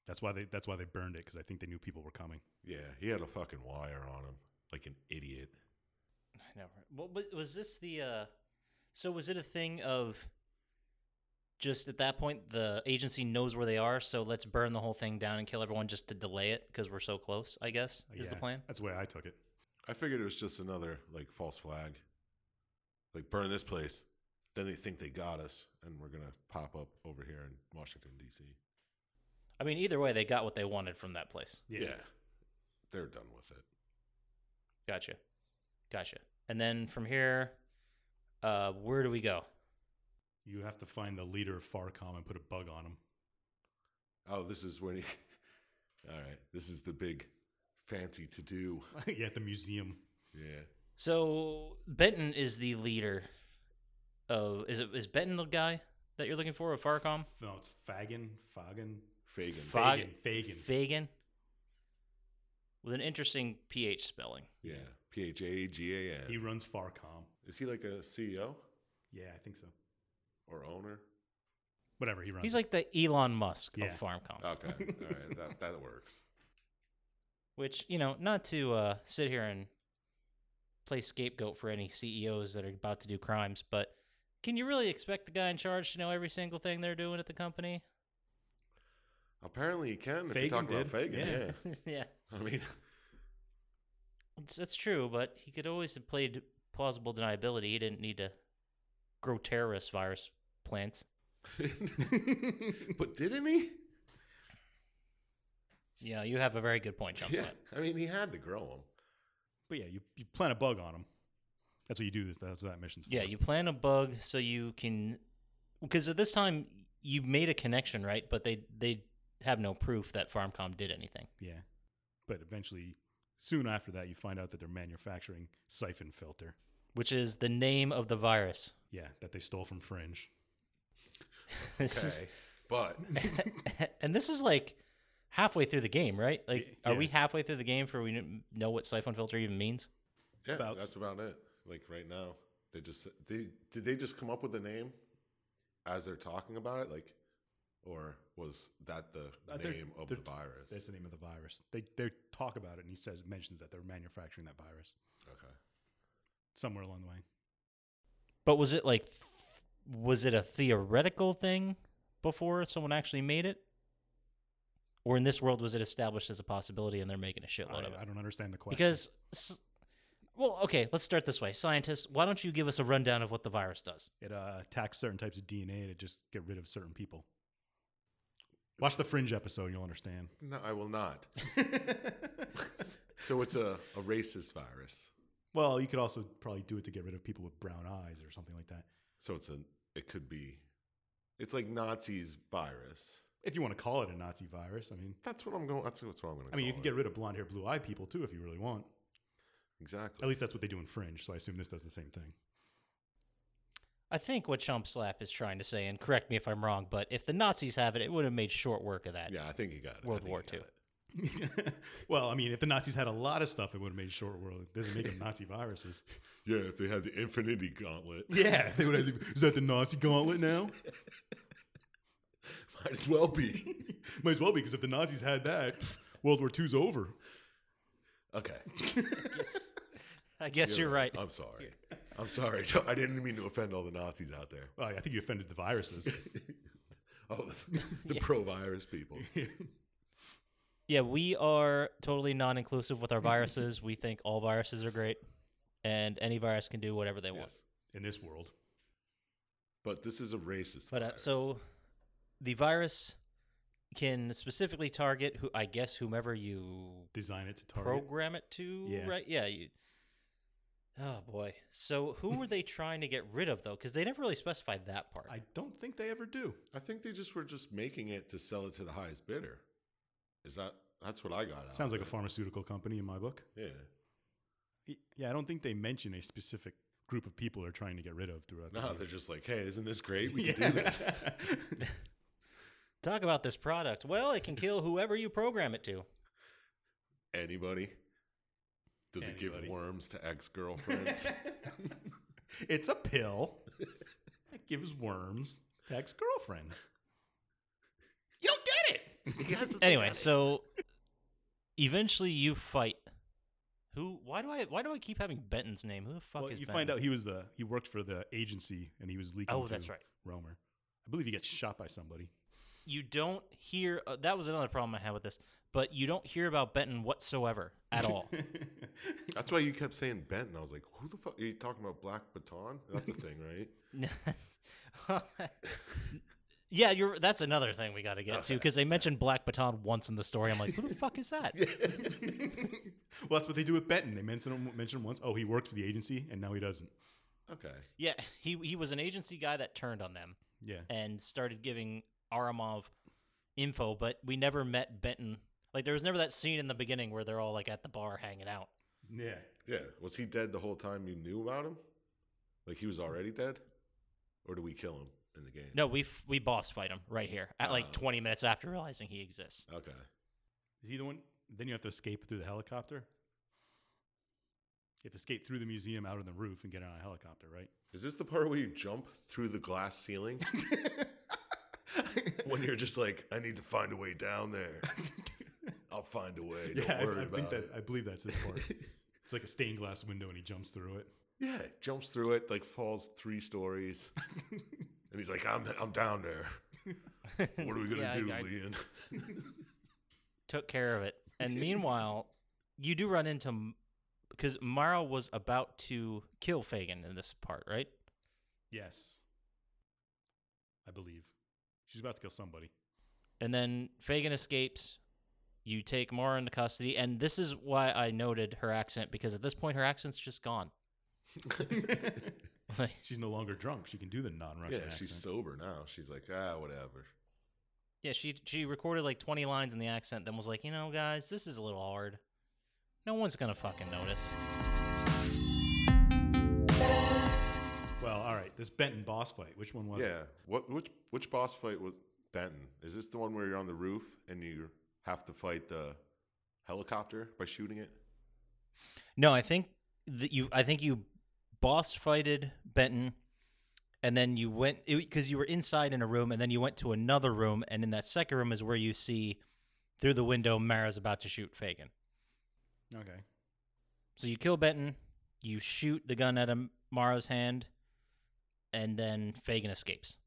C: That's why they. That's why they burned it because I think they knew people were coming.
A: Yeah, he had a fucking wire on him, like an idiot.
B: I never. Well, but was this the? uh So was it a thing of just at that point the agency knows where they are, so let's burn the whole thing down and kill everyone just to delay it because we're so close. I guess is the
C: Yeah,
B: plan.
C: That's the way I took it.
A: I figured it was just another like false flag. Like burn this place, then they think they got us, and we're gonna pop up over here in Washington D.C.
B: I mean, either way, they got what they wanted from that place.
A: they're done with it.
B: Gotcha, gotcha. And then from here, uh where do we go?
C: You have to find the leader of Farcom and put a bug on him.
A: Oh, this is when. He... All right, this is the big fancy to do.
C: yeah, at the museum.
A: Yeah,
B: So Benton is the leader. Of is it is Benton the guy that you're looking for? A Farcom?
C: No, it's Fagin. Fagin.
A: Fagin.
B: Fag-
C: Fagin.
B: Fagan. With an interesting PH spelling.
A: yeah, P H A G A
C: He
A: N.
C: runs Farcom.
A: Is he like a CEO
C: Yeah, I think so.
A: or owner?
C: Whatever he runs.
B: He's
C: it.
B: like the Elon Musk
C: Yeah.
B: of Farmcom,
A: Okay, all right, that that works.
B: which you know, not to uh, sit here and play scapegoat for any CEOs that are about to do crimes, but can you really expect the guy in charge to know every single thing they're doing at the company?
A: Apparently, you can if you
C: Fagin
A: talk about
C: did,
A: Fagin. Yeah.
C: yeah.
B: yeah,
A: I mean,
B: it's, that's true, but he could always have played plausible deniability. He didn't need to grow terrorist virus plants.
A: but didn't he?
B: Yeah, you have a very good point, Jumpslant.
A: Yeah. I mean, he had to grow them.
C: But yeah, you, you plant a bug on them. That's what you do. This that's what that mission's for.
B: Yeah, you plant a bug so you can because at this time you made a connection, right? But they they have no proof that Farmcom did anything.
C: yeah. But eventually, soon after that, you find out that they're manufacturing siphon filter.
B: Which is the name of the virus.
C: Yeah, that they stole from Fringe.
B: This is,
A: Okay. But
B: and this is like halfway through the game, right? Like,
C: Y-
B: are we
C: yeah.
B: halfway through the game for we n- know what siphon filter even means?
A: yeah,
C: About-
A: that's about it. Like right now, they just they did they just come up with the name as they're talking about it, like, or was that the
C: Uh, they're-
A: name of the
C: they're-
A: virus?
C: That's the name of the virus. They they talk about it, and he says mentions that they're manufacturing that virus
A: okay.
C: somewhere along the way.
B: But was it like, th- was it a theoretical thing before someone actually made it? Or in this world, was it established as a possibility and they're making a shitload of it?
C: I, I don't understand the question
B: because s- well okay let's start this way scientists why don't you give us a rundown of what the virus does
C: it uh, attacks certain types of DNA to just get rid of certain people. Watch the Fringe episode, and you'll understand.
A: No, I will not. so it's a, a racist virus.
C: Well, you could also probably do it to get rid of people with brown eyes or something like that,
A: So it's a it could be it's like Nazis virus.
C: if you want to call it a Nazi virus. I mean,
A: That's what I'm going that's what I'm gonna
C: I mean, you
A: call
C: can
A: it.
C: get rid of blonde hair, blue eye people too, if you really want.
A: exactly
C: At least that's what they do in Fringe. So I assume this does the same thing.
B: i think what chump slap is trying to say and correct me if i'm wrong but if the nazis have it it would have made short work of that
A: Yeah, I think you got it. I
B: World
A: think
B: War
A: you got
B: II.
A: it.
C: well, I mean, if the Nazis had a lot of stuff, it would have made short world. It doesn't make them Nazi viruses.
A: Yeah, if they had the infinity gauntlet.
C: Yeah, if they would have. Is that the Nazi gauntlet now?
A: Might as well be.
C: Might as well be because if the Nazis had that, World War II's over.
A: Okay.
B: i guess you're, right,
A: I'm sorry. I'm sorry. I didn't mean to offend all the Nazis out there.
C: Well, Oh, I think you offended the viruses.
A: Oh, the, the pro virus people.
B: yeah we are totally non-inclusive with our viruses we think all viruses are great and any virus can do whatever they want
A: Yes.
C: in this world.
A: But this is a racist
B: but uh,
A: virus.
B: so the virus can specifically target who i guess whomever you
C: Design it to target.
B: program it to
C: Yeah.
B: right yeah you, oh boy so who were they trying to get rid of though because they never really specified that part
C: I don't think they ever do.
A: I think they just were just making it to sell it to the highest bidder. Is that that's what I got out
C: Sounds
A: of
C: like a
A: it.
C: pharmaceutical company in my book.
A: Yeah.
C: Y- Yeah, I don't think they mention a specific group of people they're trying to get rid of throughout.
A: No, they're
C: the
A: just like, hey, isn't this great? We
C: year.
A: can do this.
C: Yeah.
B: talk about this product well it can kill whoever you program it to
A: Anybody? Does it give
C: Anybody.
A: worms to ex girlfriends?
C: it's a pill that gives worms to ex girlfriends. You don't get it.
B: anyway so eventually you fight who why do i why do i keep having benton's name who the fuck
C: well,
B: is
C: you
B: Benton?
C: find out he was the he worked for the agency and he was leaking.
B: oh
C: to
B: that's right
C: Romer. I believe he gets shot by somebody.
B: you don't hear uh, that was another problem i had with this but you don't hear about benton whatsoever at all
A: That's why you kept saying Benton. I was like, who the fuck? Are you talking about Black Baton? That's a thing, right?
B: yeah, you're. That's another thing we got to get
A: Okay,
B: to because they mentioned Black Baton once in the story. I'm like, who the fuck is that?
C: well, that's what they do with Benton. They mention him, mention him once. Oh, he worked for the agency, and now he doesn't.
A: Okay.
B: yeah, he he was an agency guy that turned on them
C: Yeah,
B: and started giving Aramov info, but we never met Benton. Like there was never that scene in the beginning where they're all like at the bar hanging out.
C: yeah.
A: Yeah. Was he dead the whole time you knew about him? Like he was already dead? Or do we kill him in the game?
B: No, we f- we boss fight him right here at
A: Oh.
B: like 20 minutes after realizing he exists.
A: Okay.
C: Is he the one? Then you have to escape through the helicopter. You have to escape through the museum, out on the roof, and get on a helicopter, right?
A: Is this the part where you jump through the glass ceiling? when you're just like, I need to find a way down there. I'll find a way. Don't
C: yeah, I,
A: worry
C: I
A: about
C: think that.
A: it.
C: I believe that's this part. It's like a stained glass window, and he jumps through it.
A: Yeah, jumps through it, like falls three stories, and he's like, "I'm I'm down there. What are we gonna
B: Yeah, I-
A: do,
B: I-
A: Leon?"
B: took care of it. And meanwhile, you do run into because Mara was about to kill Fagin in this part, right?
C: Yes, I believe she's about to kill somebody.
B: And then Fagin escapes. You take Mara into custody, and this is why I noted her accent because at this point her accent's just gone. Like,
C: she's no longer drunk. She can do the
A: yeah,
C: non-Russian accent.
A: she's sober now. She's like, ah, whatever.
B: yeah, she she recorded like 20 lines in the accent, then was like, you know, guys, this is a little hard. No one's gonna fucking notice.
C: well, all right. This Benton boss fight. Which one was it?
A: Yeah. What which which boss fight was Benton? Is this the one where you're on the roof and you have to fight the helicopter by shooting it?
B: No, I think that you. I think you boss fighted Benton, and then you went because you were inside in a room, and then you went to another room, and in that second room is where you see through the window Mara's about to shoot Fagin.
C: Okay.
B: So you kill Benton, you shoot the gun out of Mara's hand, and then Fagin escapes.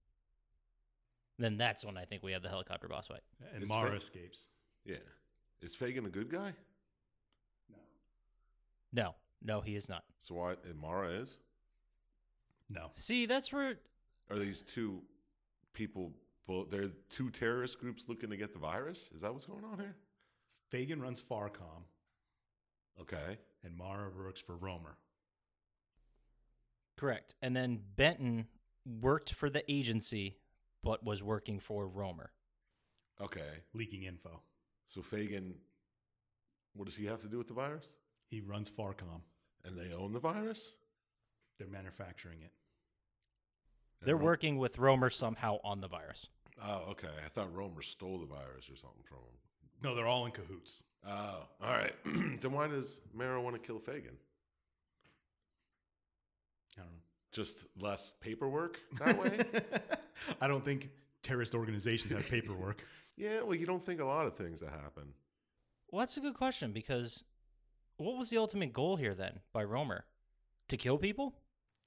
B: Then that's when I think we have the helicopter boss fight.
C: And
A: It's
C: Mara
A: fa-
C: escapes.
A: Yeah. Is Fagin a good guy?
B: No, no, he is not.
A: So why and Mara is?
C: No.
B: See, that's where
A: Are these two people both they're two terrorist groups looking to get the virus? Is that what's going on here?
C: Fagin runs Farcom,
A: Okay.
C: and Mara works for Romer.
B: Correct. And then Benton worked for the agency, but was working for Romer.
A: Okay.
C: leaking info.
A: So Fagin what does he have to do with the virus?
C: He runs Farcom.
A: And they own the virus?
C: They're manufacturing it.
A: And
B: They're
A: Ro-
B: working with Romer somehow on the virus.
A: Oh, okay. I thought Romer stole the virus or something from him.
C: No, they're all in cahoots.
A: Oh, all right. then why does Mara want to kill Fagin?
C: I don't
A: Just less paperwork
C: know.
A: that way?
C: I don't think terrorist organizations have paperwork.
A: yeah, well, you don't think a lot of things that happen.
B: Well, that's a good question because what was the ultimate goal here then by Romer? To kill people?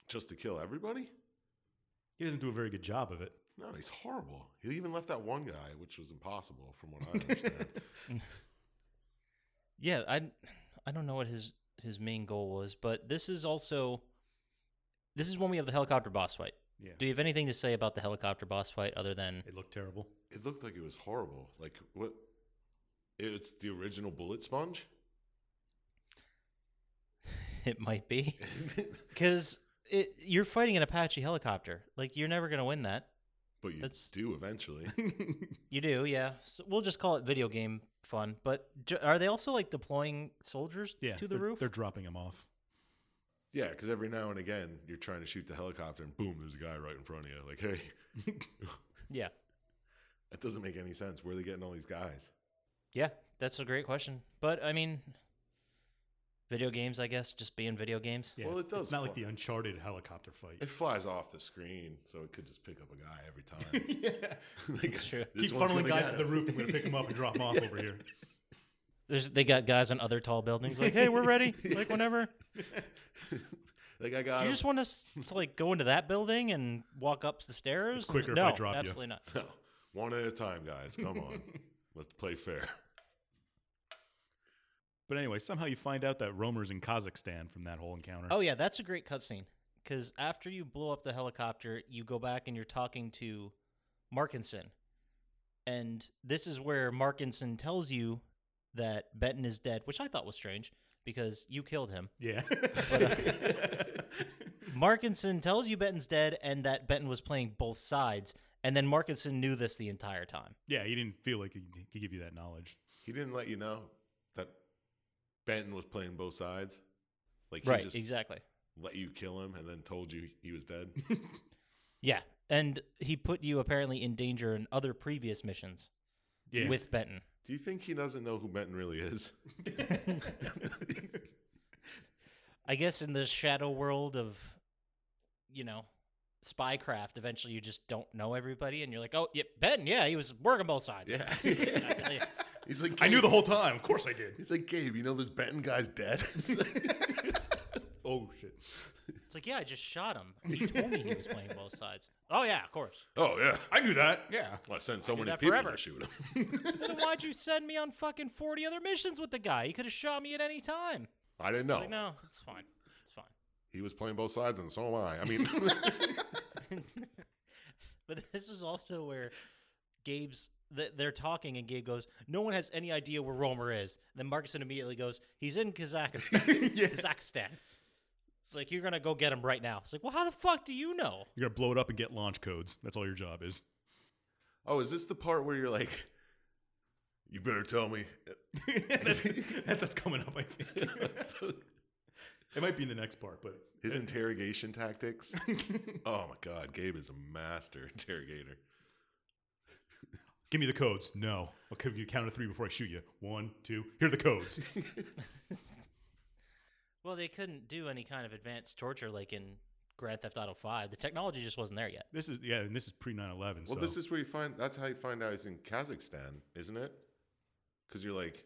A: Just to kill everybody?
C: he doesn't do a very good job of it.
A: No, he's horrible. He even left that one guy, which was impossible from what I understand.
B: Yeah, I I don't know what his his main goal was, but this is also this is when we have the helicopter boss fight.
C: yeah.
B: Do you have anything to say about the helicopter boss fight other than
C: It looked terrible.
A: it looked like it was horrible. Like, what? It's the original bullet sponge?
B: it might be? Because you're fighting an Apache helicopter. Like you're never gonna win that.
A: but you
B: That's-
A: do eventually.
B: You do, yeah. So we'll just call it video game fun. But j- are they also like deploying soldiers
C: Yeah.
B: to the
C: they're-
B: roof?
C: They're dropping him off.
A: yeah, because every now and again, you're trying to shoot the helicopter and boom, there's a guy right in front of you. Like, hey,
B: Yeah,
A: that doesn't make any sense. Where are they getting all these guys?
B: yeah. That's a great question. But I mean, video games, I guess, just being video games.
C: Yeah,
A: Well,
C: it's-
A: it does
C: It's not like
A: fly-
C: the Uncharted helicopter fight.
A: It flies off the screen, so it could just pick up a guy every time.
C: yeah.
A: Like,
B: true.
A: this
C: Keep
A: one's
C: funneling
A: gonna
C: guys
A: get
C: to the
A: him.
C: roof. I'm going to pick them up and drop them off over here.
B: There's, they got guys on other tall buildings like, hey, we're ready. Like whenever.
A: like I
B: Do
A: got
C: Um,
B: you
A: him.
B: just want us to like go into that building and walk up the stairs?
C: It's quicker if
B: no,
C: I drop you.
B: absolutely not.
A: No, one at a time, guys. Come on, let's play fair.
C: But anyway, somehow you find out that Romer's in Kazakhstan from that whole encounter.
B: Oh yeah, that's a great cutscene. Because after you blow up the helicopter, you go back and you're talking to Markinson, and this is where Markinson tells you that Benton is dead, which I thought was strange because you killed him.
C: Yeah.
B: Markinson tells you Benton's dead and that Benton was playing both sides, and then Markinson knew this the entire time.
C: yeah, he didn't feel like he could give you that knowledge.
A: He didn't let you know that Benton was playing both sides. Like he
B: right,
A: just
B: exactly.
A: let you kill him and then told you he was dead.
B: Yeah, and he put you apparently in danger in other previous missions
C: Yeah.
B: with Benton.
A: Do you think he doesn't know who Benton really is?
B: I guess in the shadow world of, you know, spycraft, eventually you just don't know everybody, and you're like, oh, yeah, Ben, yeah, he was working both sides.
A: Yeah.
B: I tell you,
A: He's like,
C: I knew
A: "Gabe."
C: the whole time. Of course I did.
A: He's like, Gabe, you know this Benton guy's dead.
C: Oh shit.
B: It's like, yeah, I just shot him. He told me he was playing both sides. Oh yeah, of course.
A: oh yeah,
C: I knew that. Yeah.
A: Well, I sent so
B: do
A: many
B: that
A: people
B: forever.
A: to shoot him.
B: Then why'd you send me on fucking forty other missions with the guy? He could have shot me at any time.
A: I didn't know.
B: Like, no, it's fine. It's fine.
A: He was playing both sides, and so am I. I mean,
B: but this is also where Gabe's th- they're talking and Gabe goes, "No one has any idea where Romer is." And then Marcus immediately goes, "He's in Kazakhstan."
C: yeah.
B: Kazakhstan. It's like you're gonna go get him right now. It's like, well, how the fuck do you know?
C: You're gonna blow it up and get launch codes. That's all your job is.
A: oh, is this the part where you're like, you better tell me?
C: that's, that's coming up, I think. it might be in the next part, but
A: His interrogation tactics. Oh my God, Gabe is a master interrogator.
C: give me the codes. No. I'll give you a count of three before I shoot you. One, two. Here are the codes.
B: Well, they couldn't do any kind of advanced torture like in Grand Theft Auto Five. The technology just wasn't there yet.
C: this is yeah, and this is pre 9-11.
A: Well,
C: so
A: this is where you find. That's how you find out he's in Kazakhstan, isn't it? Because you're like,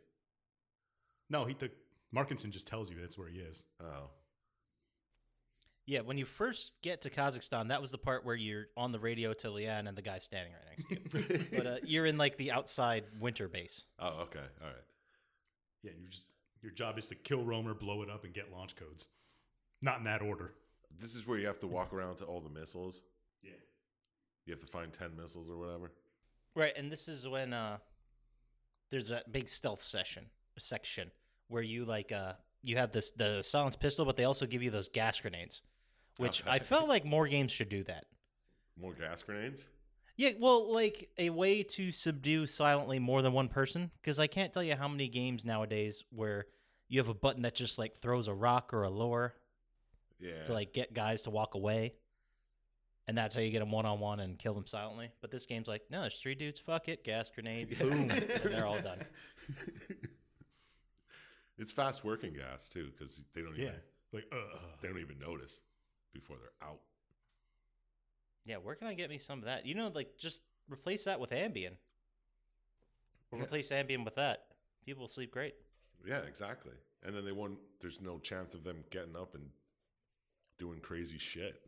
C: no, he the Markinson just tells you that's where he is.
A: oh,
B: Yeah, when you first get to Kazakhstan, that was the part where you're on the radio to Leanne and the guy standing right next to you. but uh, you're in like the outside winter base.
A: oh, okay, all right.
C: Yeah, you just your job is to kill Romer, blow it up, and get launch codes. Not in that order.
A: This is where you have to walk around to all the missiles.
C: Yeah.
A: You have to find ten missiles or whatever.
B: Right, and this is when uh there's that big stealth session section where you like uh you have this the silence pistol, but they also give you those gas grenades. Which I
A: Okay.
B: felt like more games should do that.
A: More gas grenades.
B: Yeah, well, like a way to subdue silently more than one person, because I can't tell you how many games nowadays where you have a button that just like throws a rock or a lure
A: Yeah.
B: to like get guys to walk away, and that's how you get them one on one and kill them silently. But this game's like, no, there's three dudes. Fuck it, gas grenade,
A: Yeah.
B: boom, and they're all done.
A: it's fast working gas too, because they don't even
C: Yeah. Like uh
A: they don't even notice before they're out.
B: Yeah, where can I get me some of that? You know, like just replace that with Ambien. Or
A: Yeah.
B: replace Ambien with that. People sleep great.
A: Yeah, exactly. And then they won't. There's no chance of them getting up and doing crazy shit.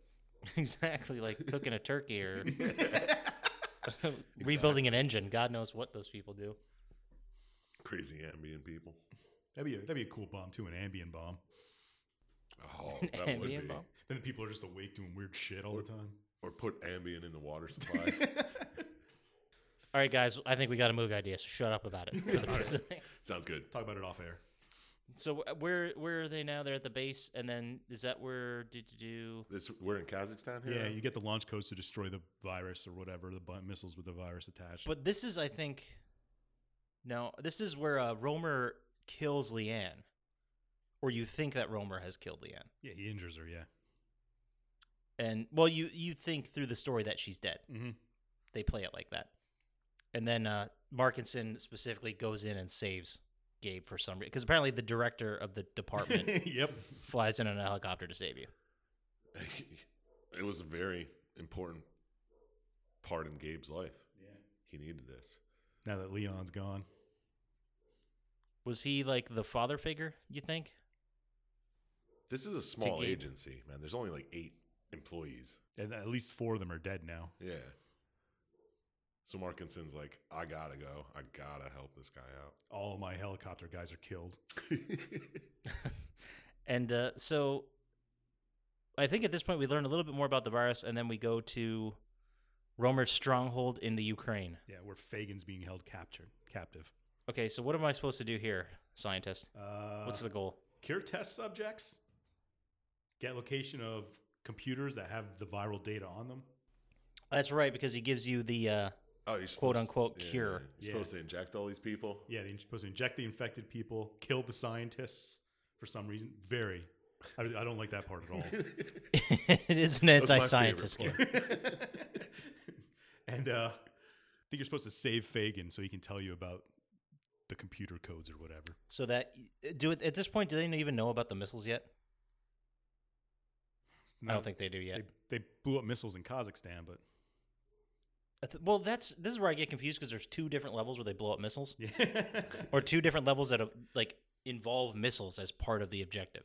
B: exactly, like cooking a turkey or rebuilding an engine. God knows what those people do.
A: Crazy ambient people.
C: that'd be a, that'd be a cool bomb too, an ambient bomb.
A: Oh, that would be.
B: Ambien bomb.
C: Then the people are just awake doing weird shit all the time.
A: Or put ambient in the water supply.
B: All right, guys, I think we got a movie idea, so shut up about it. for the rest of the thing.
A: Sounds good.
C: Talk about it off air.
B: so wh- where where are they now? They're at the base, and then is that where did you do?
A: This we're in Kazakhstan here.
C: Yeah,
A: now?
C: you get the launch codes to destroy the virus or whatever the bu- missiles with the virus attached.
B: But this is, I think, no, this is where uh, Romer kills Leanne, or you think that Romer has killed Leanne.
C: yeah, he injures her. Yeah,
B: and well you you think through the story that she's dead
C: mm-hmm.
B: they play it like that and then uh markinson specifically goes in and saves gabe for some reason because apparently the director of the department
C: yep.
B: flies in on a helicopter to save you
A: it was a very important part in Gabe's life. He needed this.
C: Now that Leon's gone,
B: was he like the father figure you think
A: This is a small
B: Gabe.
A: agency, man. There's only like eight employees.
C: and at least four of them are dead now.
A: Yeah. So Markinson's like, I gotta go. I gotta help this guy out.
C: All my helicopter guys are killed.
B: and uh so i think at this point we learn a little bit more about the virus and then we go to romer's stronghold in the ukraine
C: Yeah, where Fagin's being held captured, captive.
B: okay so what am i supposed to do here scientist
C: Uh,
B: what's the goal
C: cure test subjects? Get location of computers that have the viral data on them.
B: that's right because he gives you the uh
A: oh, you're
B: Quote,
A: supposed-
B: unquote,
A: yeah,
B: cure.
A: You're
C: Yeah.
A: supposed to inject all these people.
C: Yeah, they're supposed to inject the infected people, kill the scientists for some reason. Very. I, I don't like that part at all.
B: it is an
A: That's my
B: anti-scientist game.
A: favorite
C: and uh, I think you're supposed to save Fagin so he can tell you about the computer codes or whatever.
B: So that do it at this point, do they even know about the missiles yet? I
C: No,
B: don't think they do yet.
C: they, they blew up missiles in Kazakhstan, but
B: I th- Well, that's this is where I get confused because there's two different levels where they blow up missiles,
C: Yeah.
B: or two different levels that uh, like involve missiles as part of the objective.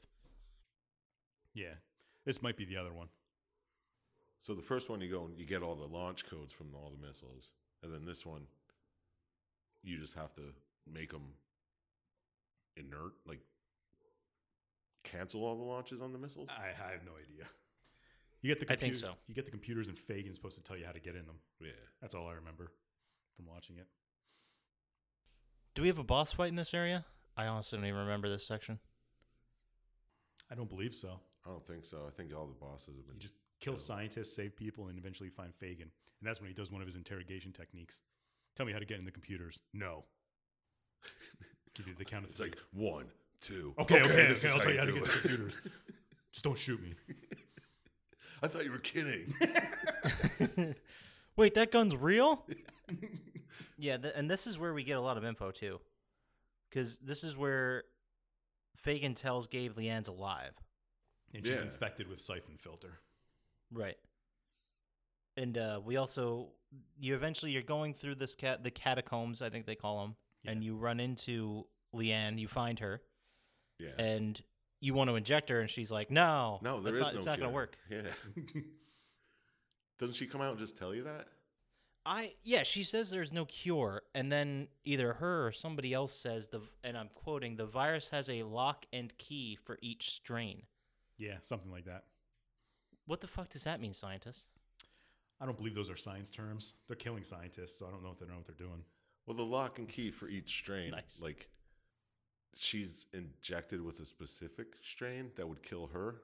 C: yeah. This might be the other one.
A: So the first one you go and you get all the launch codes from all the missiles, and then this one, you just have to make them inert, like cancel all the launches on the missiles.
C: I, I have no idea. You get the
B: I think
C: computer-
B: so.
C: You get the computers and Fagin's supposed to tell you how to get in them.
A: yeah,
C: That's all I remember from watching it.
B: Do we have a boss fight in this area? I honestly don't even remember this section.
C: I don't believe so.
A: I don't think so. I think all the bosses have been
C: You just kill
A: Yeah.
C: scientists, save people, and eventually find Fagin. And that's when he does one of his interrogation techniques. Tell me how to get in the computers. No. Give you the count of
A: It's
C: three.
A: like one, two.
C: okay, okay, okay,
A: this is
C: I'll tell you
A: you
C: how to
A: do
C: get in the
A: it.
C: computers. just don't shoot me.
A: I thought you were kidding.
B: Wait, that gun's real? yeah, th- and this is where we get a lot of info too, because this is where Fagin tells Gabe Leanne's alive,
C: And she's
A: Yeah.
C: infected with siphon filter.
B: right? And uh, we also, you eventually you're going through this cat the catacombs, I think they call them, and you run into Leanne. You find her,
A: yeah.
B: and you want to inject her, and she's like, "No,
A: no, there is
B: Eh, that's not,
A: no.
B: it's not gonna
A: cure.
B: work."
A: Yeah. Doesn't she come out and just tell you that?
B: I yeah, she says there's no cure, and then either her or somebody else says the and I'm quoting the virus has a lock and key for each strain.
C: yeah, something like that.
B: What the fuck does that mean, scientists?
C: I don't believe those are science terms. They're killing scientists, so I don't know if they know what they're doing.
A: Well, the lock and key for each strain,
B: Nice.
A: like she's injected with a specific strain that would kill her.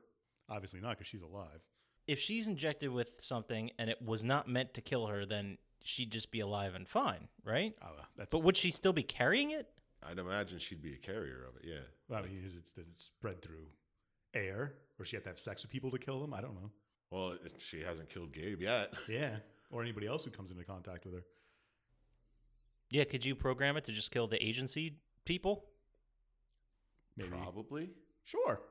C: Obviously not, because she's alive.
B: If she's injected with something and it was not meant to kill her, then she'd just be alive and fine, right?
C: Oh, well, that's
B: But would she still be carrying it?
A: I'd imagine she'd be a carrier of it. Yeah.
C: Well, I mean, is it does it spread through air, or she have to have sex with people to kill them? I don't know.
A: Well, it, she hasn't killed Gabe yet.
C: Yeah, or anybody else who comes into contact with her.
B: Yeah, could you program it to just kill the agency people?
C: Maybe.
A: Probably.
C: Sure,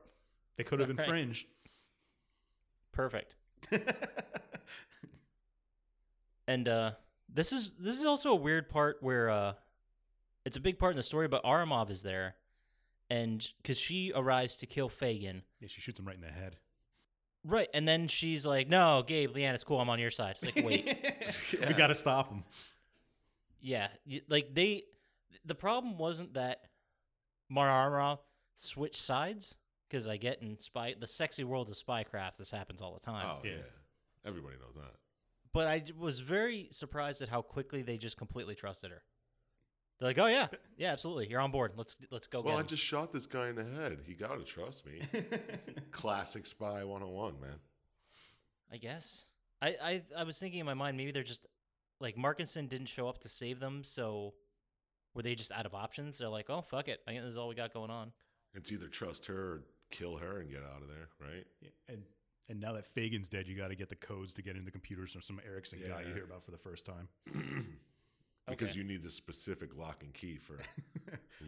C: they could have
B: Right.
C: infringed.
B: Perfect. And uh this is this is also a weird part where uh it's a big part in the story, but Aramov is there and cause she arrives to kill Fagin.
C: yeah, she shoots him right in the head.
B: Right, and then she's like, No, Gabe, Leanne, it's cool, I'm on your side. It's like, wait,
C: we
A: Yeah.
C: got to stop him.
B: yeah. y- Like they the problem wasn't that Mara Aramov switched sides, because I get in spy the sexy world of spycraft, this happens all the time.
A: Oh yeah.
C: Yeah.
A: Everybody knows that.
B: But I j- was very surprised at how quickly they just completely trusted her. They're like, Oh yeah, yeah, absolutely. You're on board. Let's let's go
A: Well,
B: get
A: I
B: him."
A: just shot this guy in the head. He got to trust me. Classic spy 101, man.
B: I guess. I, I I was thinking in my mind maybe they're just like Markinson didn't show up to save them, so were they just out of options? They're like, oh fuck it, I guess this is all we got going on.
A: It's either trust her or kill her and get out of there, right?
C: Yeah, and and now that Fagin's dead, you got to get the codes to get into the computers or some Ericsson guy you
A: Yeah.
C: hear about for the first time.
A: Because
B: Okay.
A: you need the specific lock and key for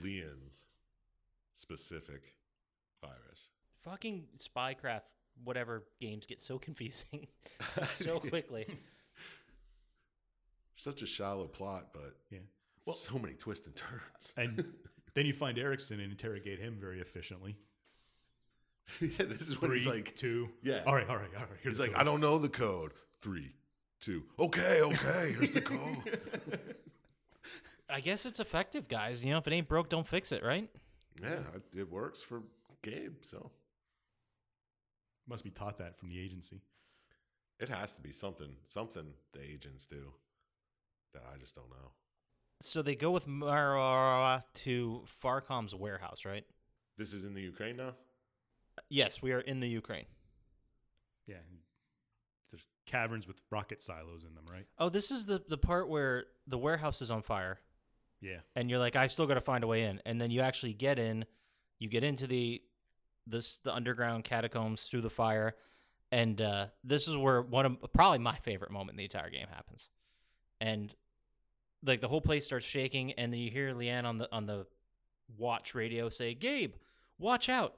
A: Leon's specific virus.
B: Fucking spycraft, whatever games get so confusing so quickly.
A: Such a shallow plot, but
C: Yeah.
A: so many twists and turns.
C: And then you find Ericsson and interrogate him very efficiently.
A: yeah, this is what
C: Three,
A: he's like.
C: two.
A: Yeah.
C: All right, all right, all right. Here's
A: He's like, I don't know the code. Three, two. Okay, okay. Here's the code.
B: I guess it's effective, guys. You know, if it ain't broke, don't fix it, right?
A: yeah, it- it works for Gabe, so
C: Must be taught that from the agency.
A: it has to be something. Something the agents do that I just don't know.
B: So they go with Mara to Farcom's warehouse, right?
A: This is in the Ukraine now.
B: Yes, we are in the Ukraine.
C: Yeah. and There's caverns with rocket silos in them, right?
B: Oh, this is the, the part where the warehouse is on fire.
C: Yeah.
B: and you're like, I still got to find a way in. And then you actually get in, you get into the this the underground catacombs through the fire, and uh, this is where one of probably my favorite moment in the entire game happens, and like the whole place starts shaking, and then you hear Leanne on the on the watch radio say, Gabe, watch out,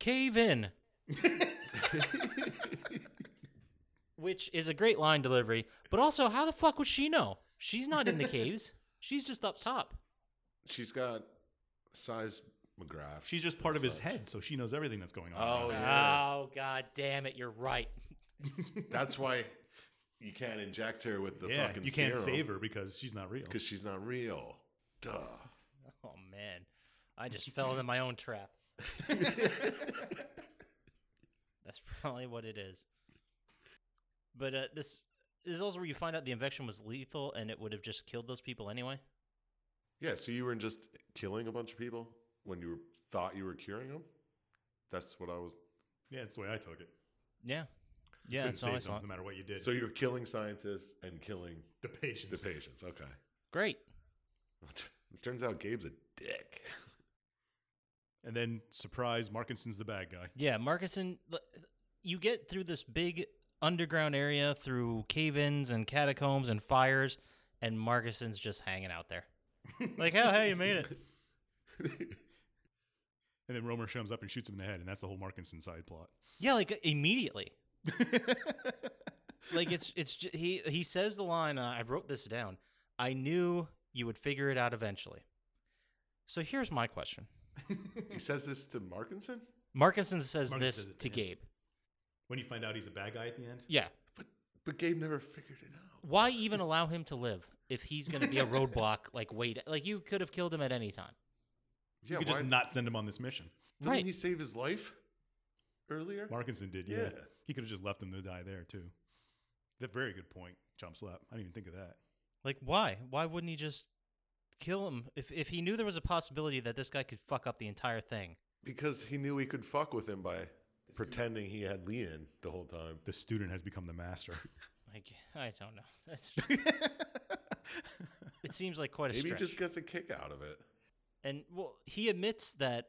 B: cave in. which is a great line delivery. But also, how the fuck would she know? She's not in the caves. She's just up top.
A: She's got seismographs.
C: She's just part of
A: and
C: his
A: such.
C: head, so she knows everything that's going on.
A: Oh,
C: around her.
A: Yeah.
B: Oh god damn it! You're right.
A: That's why you can't inject her with the
C: yeah.
A: fucking
C: You can't save her because she's not real.
A: because she's not real. Duh.
B: Oh man, I just fell into my own trap. That's probably what it is. But uh, this this is also where you find out the infection was lethal and it would have just killed those people anyway.
A: Yeah, so you were just killing a bunch of people when you were, thought you were curing them. That's what I was.
C: yeah, that's the way I took it.
B: Yeah, yeah,
C: Couldn't
B: that's what I
C: save
B: saw.
C: them, no matter what you did.
A: So you were killing scientists and killing
C: the
A: the
C: patients.
A: patients. Okay.
B: Great.
A: It turns out Gabe's a dick.
C: and then surprise, Markinson's the bad guy.
B: Yeah, Markinson, l- you get through this big underground area through cave-ins and catacombs and fires, and Markinson's just hanging out there. Like, oh, hey, you made it.
C: And then Romer shows up and shoots him in the head, and that's the whole Markinson side plot.
B: Yeah, like immediately. like it's it's ju- he he says the line. Uh, I wrote this down. I knew you would figure it out eventually. So here's my question.
A: he says this to Markinson?
B: Markinson says
C: Markinson
B: this
C: says it
B: to
C: to him.
B: Gabe.
C: When you find out he's a bad guy at the end,
B: Yeah.
A: But but Gabe never figured it out.
B: Why even allow him to live if he's going to be a roadblock? Like wait, like you could have killed him at any time.
A: Yeah,
C: you could
A: why,
C: just not send him on this mission.
A: doesn't
B: right.
A: he save his life earlier?
C: Markinson did, yeah.
A: Yeah.
C: He could have just left him to die there too. That's a very good point, Chomp Slap. I didn't even think of that.
B: Like why? Why wouldn't he just kill him if if he knew there was a possibility that this guy could fuck up the entire thing?
A: because he knew he could fuck with him by pretending he had Lee in the whole time.
C: The student has become the master.
B: Like I don't know. That's- it seems like quite a
A: Maybe he
B: stretch.
A: just gets a kick out of it.
B: And well, he admits that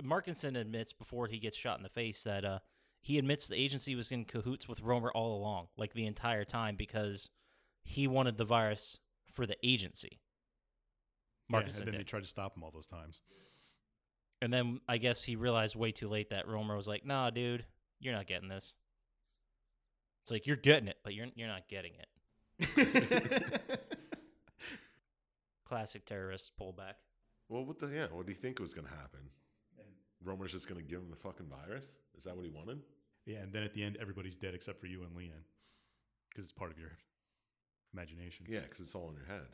B: Markinson admits before he gets shot in the face that uh, he admits the agency was in cahoots with Romer all along, like the entire time, because he wanted the virus for the agency.
C: Yeah,
B: Markinson
C: and then
B: did.
C: they tried to stop him all those times.
B: And then I guess he realized way too late that Romer was like, "Nah, dude, you're not getting this." It's like you're getting it, but you're you're not getting it. Classic terrorist pullback.
A: Well, what the yeah? What do you think was going to happen? Romer's just going to give him the fucking virus? Is that what he wanted?
C: Yeah, and then at the end, everybody's dead except for you and Leon, because it's part of your imagination.
A: Yeah, because it's all in your head.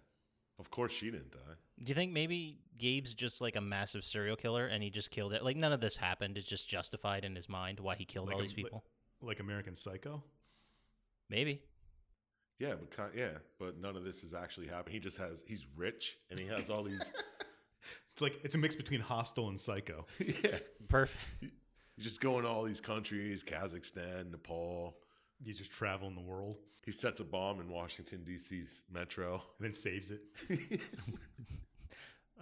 A: Of course, she didn't die.
B: Do you think maybe Gabe's just like a massive serial killer and he just killed it? Like none of this happened. It's just justified in his mind why he killed
C: Like
B: all
C: a-
B: these
C: like-
B: people.
C: Like American Psycho.
B: Maybe.
A: Yeah, but ki- yeah, but none of this has actually happened. He just has he's rich and he has all these.
C: It's like it's a mix between Hostel and Psycho.
A: yeah,
B: Perfect.
A: he's just going to all these countries: Kazakhstan, Nepal.
C: You just travel in the world
A: He sets a bomb in Washington D.C.'s metro.
C: and then saves it.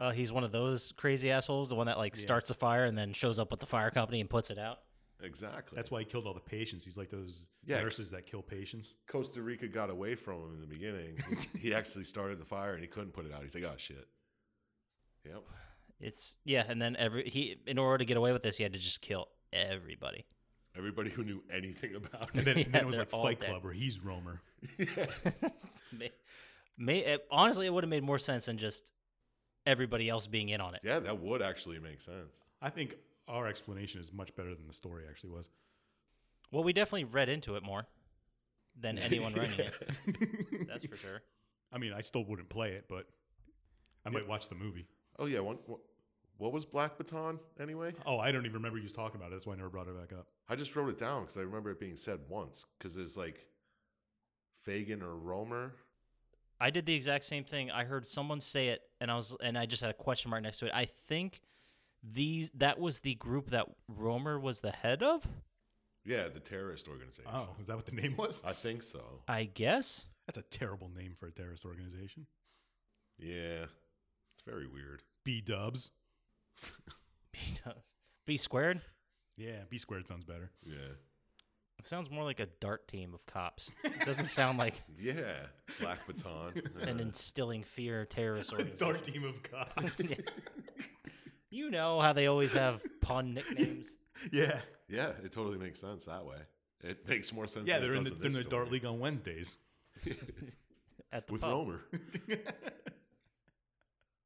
B: Uh, he's one of those crazy assholes, the one that like
C: Yeah.
B: starts the fire and then shows up with the fire company and puts it out.
A: Exactly.
C: That's why he killed all the patients. He's like those
A: Yeah.
C: nurses that kill patients.
A: Costa Rica got away from him in the beginning. he actually started the fire and he couldn't put it out. He's like, "Oh shit." Yep.
B: It's yeah, and then every he in order to get away with this, he had to just kill everybody.
A: Everybody who knew anything about
C: And
A: it.
C: then,
B: Yeah,
C: and then it was
B: they're
C: like
B: all
C: Fight
B: dead.
C: Club where he's Romer.
B: may, may, it, honestly, it would have made more sense than just everybody else being in on it.
A: yeah, that would actually make sense.
C: I think our explanation is much better than the story actually was.
B: Well, we definitely read into it more than anyone running it. That's for sure.
C: I mean, I still wouldn't play it, but I might watch the movie.
A: Oh yeah, one, one- what was Black Baton anyway?
C: Oh, I don't even remember you was talking about it. That's why I never brought it back up.
A: I just wrote it down because I remember it being said once. Because there's like Fagin or Romer.
B: I did the exact same thing. I heard someone say it, and I was, and I just had a question mark next to it. I think these that was the group that Romer was the head of.
A: Yeah, the terrorist organization.
C: Oh, is that what the name was?
A: I think so.
B: I guess.
C: That's a terrible name for a terrorist organization.
A: Yeah, it's very weird.
C: B Dubs.
B: B does. B squared.
C: Yeah, B squared sounds better.
A: Yeah,
B: It sounds more like a dart team of cops. It doesn't sound like
A: yeah. Black Baton.
B: an
A: Yeah.
B: instilling fear terrorist
C: The
B: organization.
C: dark team of cops.
B: You know how they always have pun nicknames.
C: yeah.
A: yeah, it totally makes sense that way. It makes more sense.
C: yeah,
A: than it
C: they're in
A: does
C: the, they're in
A: this
C: the Dart
A: story.
C: League on Wednesdays.
B: at the
A: with
B: pub.
A: Homer.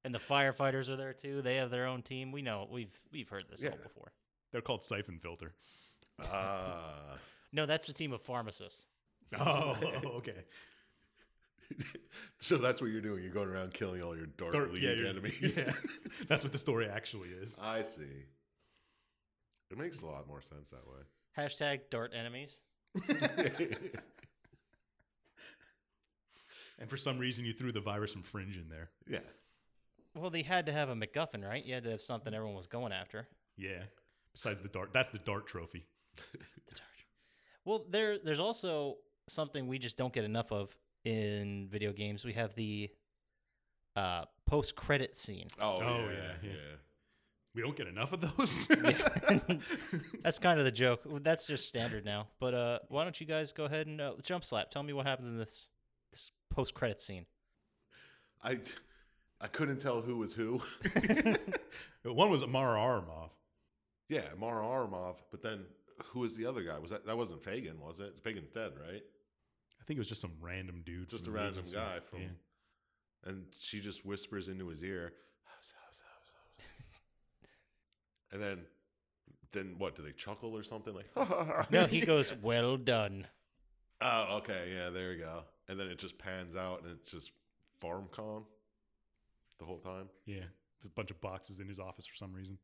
B: And the firefighters are there too. They have their own team. We know we've we've heard this all
A: Yeah.
B: before.
C: They're called Siphon Filter.
A: Ah.
B: No, that's the team of pharmacists.
C: Oh, okay.
A: so that's what you're doing. You're going around killing all your Dart,
C: Dart-
A: League
C: yeah, you're-
A: enemies.
C: yeah. That's what the story actually is.
A: I see. It makes a lot more sense that way.
B: Hashtag dart enemies.
C: And for some reason, you threw the virus and fringe in there.
A: yeah.
B: Well, they had to have a MacGuffin, right? You had to have something everyone was going after.
C: Yeah. Besides the dart, that's the dart trophy.
B: The dart. Well, there there's also something we just don't get enough of in video games. We have the uh, post credit scene.
A: Oh,
C: Oh,
A: yeah,
C: yeah,
A: yeah.
C: yeah. We don't get enough of those.
B: That's kind of the joke. Well, That's just standard now. But uh, why don't you guys go ahead and uh, jump slap? Tell me what happens in this this post credit scene.
A: I I couldn't tell who was who.
C: One was Amara Aramov.
A: yeah, Mara Aramov, but then who was the other guy? Was that that wasn't Fagin, was it? Fagin's dead, right?
C: I think it was just some random dude.
A: Just a
C: from the
A: random
C: agency.
A: guy from
C: Yeah.
A: and she just whispers into his ear. and then then what, do they chuckle or something? Like
B: No, he goes, "Well done."
A: Oh, okay, yeah, there you go. And then it just pans out and it's just Farmcom the whole time.
C: Yeah. A bunch of boxes in his office for some reason.